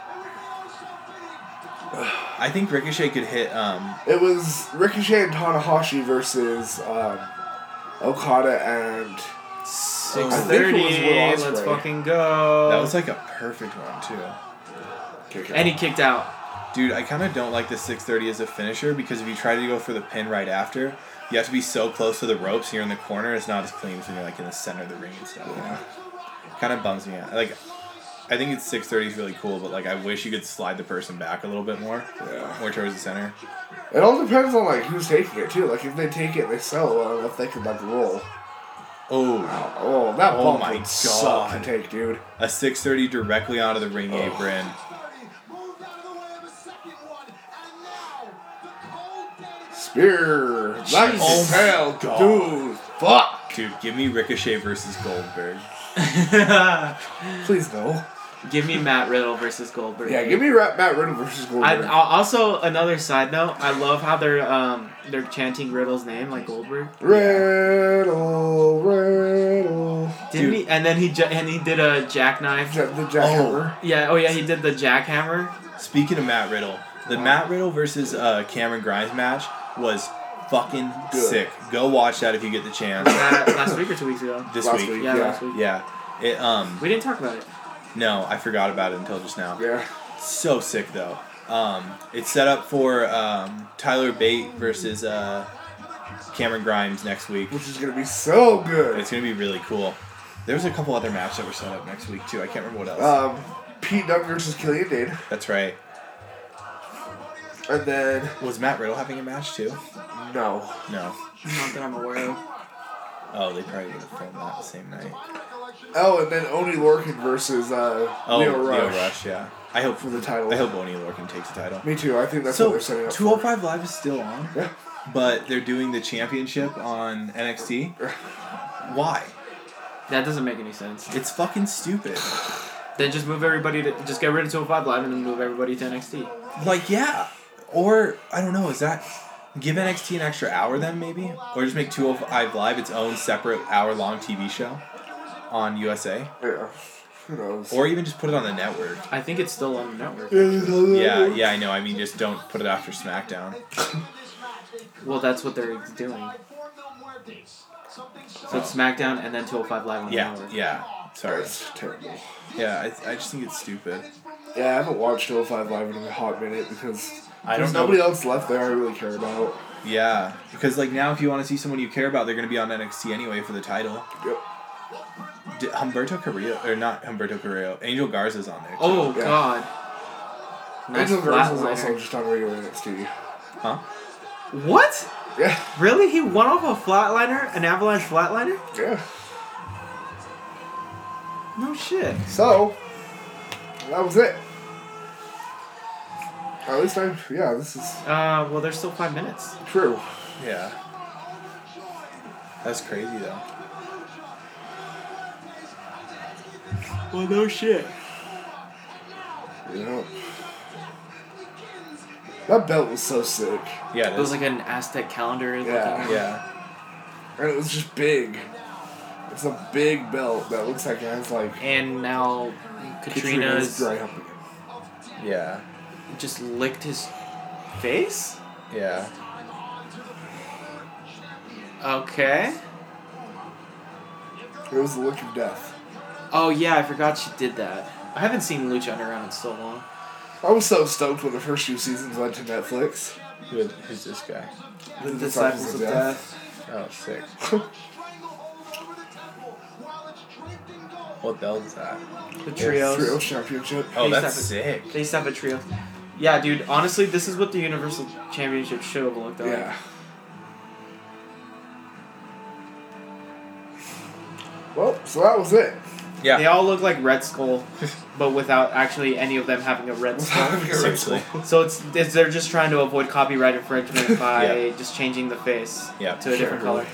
I think Ricochet could hit. Um, It was Ricochet and Tanahashi versus um, Okada and Six think it was Will thirty. Ospreay. Let's fucking go. oh, that was like a perfect one too. and he kicked out. Dude, I kind of don't like the 630 as a finisher because if you try to go for the pin right after, you have to be so close to the ropes. And you're in the corner. It's not as clean as when you're like in the center of the ring and stuff. Kind of bums me out. Like, I think it's 630 is really cool, but like I wish you could slide the person back a little bit more, Yeah. more towards the center. It all depends on like who's taking it too. Like if they take it, they sell. I don't know if they can like roll. Oh, Oh, that Oh bump my would suck to God. take, dude. a 630 directly onto the ring Oh. apron. Moved out of the way of a second one, and now the cold dead Spear. Nice Oh my hell, God. dude. Fuck. Dude, give me Ricochet versus Goldberg. Please no. Give me Matt Riddle versus Goldberg. Yeah, give me Rat Matt Riddle versus I, Goldberg. I'll- also, another side note, I love how they're um they're chanting Riddle's name like Goldberg. Riddle, Riddle. Didn't Dude. he? And then he ja- and he did a jackknife. Ja- The jackhammer. Yeah. Oh yeah, he did the jackhammer. Speaking of Matt Riddle, the Matt Riddle versus uh, Cameron Grimes match was fucking Good. sick. Go watch that if you get the chance That, last week or two weeks ago. this Last week. week. Yeah, Yeah. last week. Yeah. It um We didn't talk about it. no, I forgot about it until just now. Yeah. So sick though. Um it's set up for um Tyler Bate versus uh Cameron Grimes next week. Which is gonna be so good. It's going to be really cool. There's a couple other maps that were set up next week too. I can't remember what else. Um, Pete Dunne versus Killian Dane, That's right. and then Was Matt Riddle having a match too? no. No. Not that I'm aware of. Oh, they probably would have filmed that the same night. Oh, and then Oni Lorcan versus uh, Oh, Leo Leo Rush. Rush, yeah. I hope For the title. I hope Oni Lorcan takes the title. Me too. I think that's what so they're setting up. for. 205 Live is still on, Yeah. but they're doing the championship on NXT. Why? That doesn't make any sense. It's fucking stupid. Then just move everybody to just get rid of 205 Live and then move everybody to NXT. Like, yeah. Or I don't know. Is that give NXT an extra hour then maybe, or just make 205 Live its own separate hour-long TV show on USA, Yeah. Who knows? or even just put it on the network. I think it's still on the network. Yeah, yeah, I know. I mean, just don't put it after SmackDown. Well, that's what they're doing. So it's SmackDown and then 205 Live on Yeah, the network. yeah. Sorry. That's terrible. Yeah, I, I just think it's stupid. Yeah, I haven't watched 05 Live in a hot minute because I there's don't know. nobody else left there I really care about. Yeah, because like now, if you want to see someone you care about, they're going to be on NXT anyway for the title. Yep. D- Humberto Carrillo, or not Humberto Carrillo, Angel Garza's on there. Oh Yeah. God. Nice Angel Girls was flatliner. also just on regular NXT. Huh? What? Yeah, Really? He won off a flatliner, an avalanche flatliner? yeah. No shit. So, that was it. At least I, yeah, this is Uh, well, there's still five minutes. true. Yeah. That's crazy though. Well, no shit. You know, that belt was so sick, Yeah, It was like an Aztec calendar. Yeah. looking- yeah. and it was just big. It's a big belt that looks like it has like And now Katrina's Katrina's dry humping. Yeah. just licked his face. Yeah. Okay. It was the look of death. Oh yeah, I forgot she did that. I haven't seen Lucha Underground in so long. I was so stoked when the first few seasons went to Netflix. Who is, who's this guy? The Disciples Disciples of of Death. Death. Oh, sick. What What belt is that? The trios. Trio Championship. Oh, He's that's that- sick. They used to have a trio. Yeah, dude. Honestly, this is what the Universal Championship should have looked like. Yeah. Well, so that was it. They Yeah. all look like Red Skull, but without actually any of them having a red skull. Seriously. so it's, it's they're just trying to avoid copyright infringement by Yeah. just changing the face Yeah. to a different color.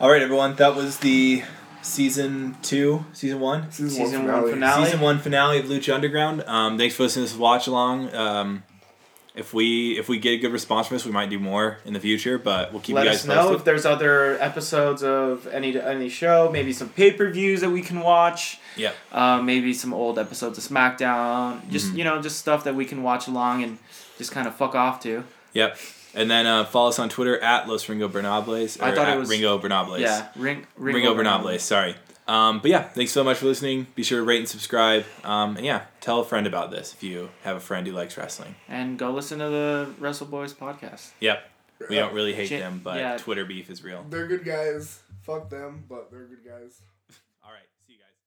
All right, everyone. That was the season two, season one, Season one finale. finale. season one finale of Lucha Underground. Um, thanks for listening to this watch along. Um, if we if we get a good response from this, we might do more in the future. But we'll keep Let you guys us know if posted. there's other episodes of any any show, maybe some pay per views that we can watch, Yeah. uh, maybe some old episodes of SmackDown, just Mhm. you know, just stuff that we can watch along and just kind of fuck off to. Yep. And then uh, follow us on Twitter at Los Ringo Bernables. Or I thought it at was- Ringo Bernables. Yeah, ring Ringo, Bernables. Sorry. Um, but yeah, thanks so much for listening. Be sure to rate and subscribe. Um, and yeah, tell a friend about this if you have a friend who likes wrestling. and go listen to the Wrestle Boys podcast. Yep. We don't really hate Shit, them, but yeah. Twitter beef is real. They're good guys. Fuck them, but they're good guys. All right. See you guys.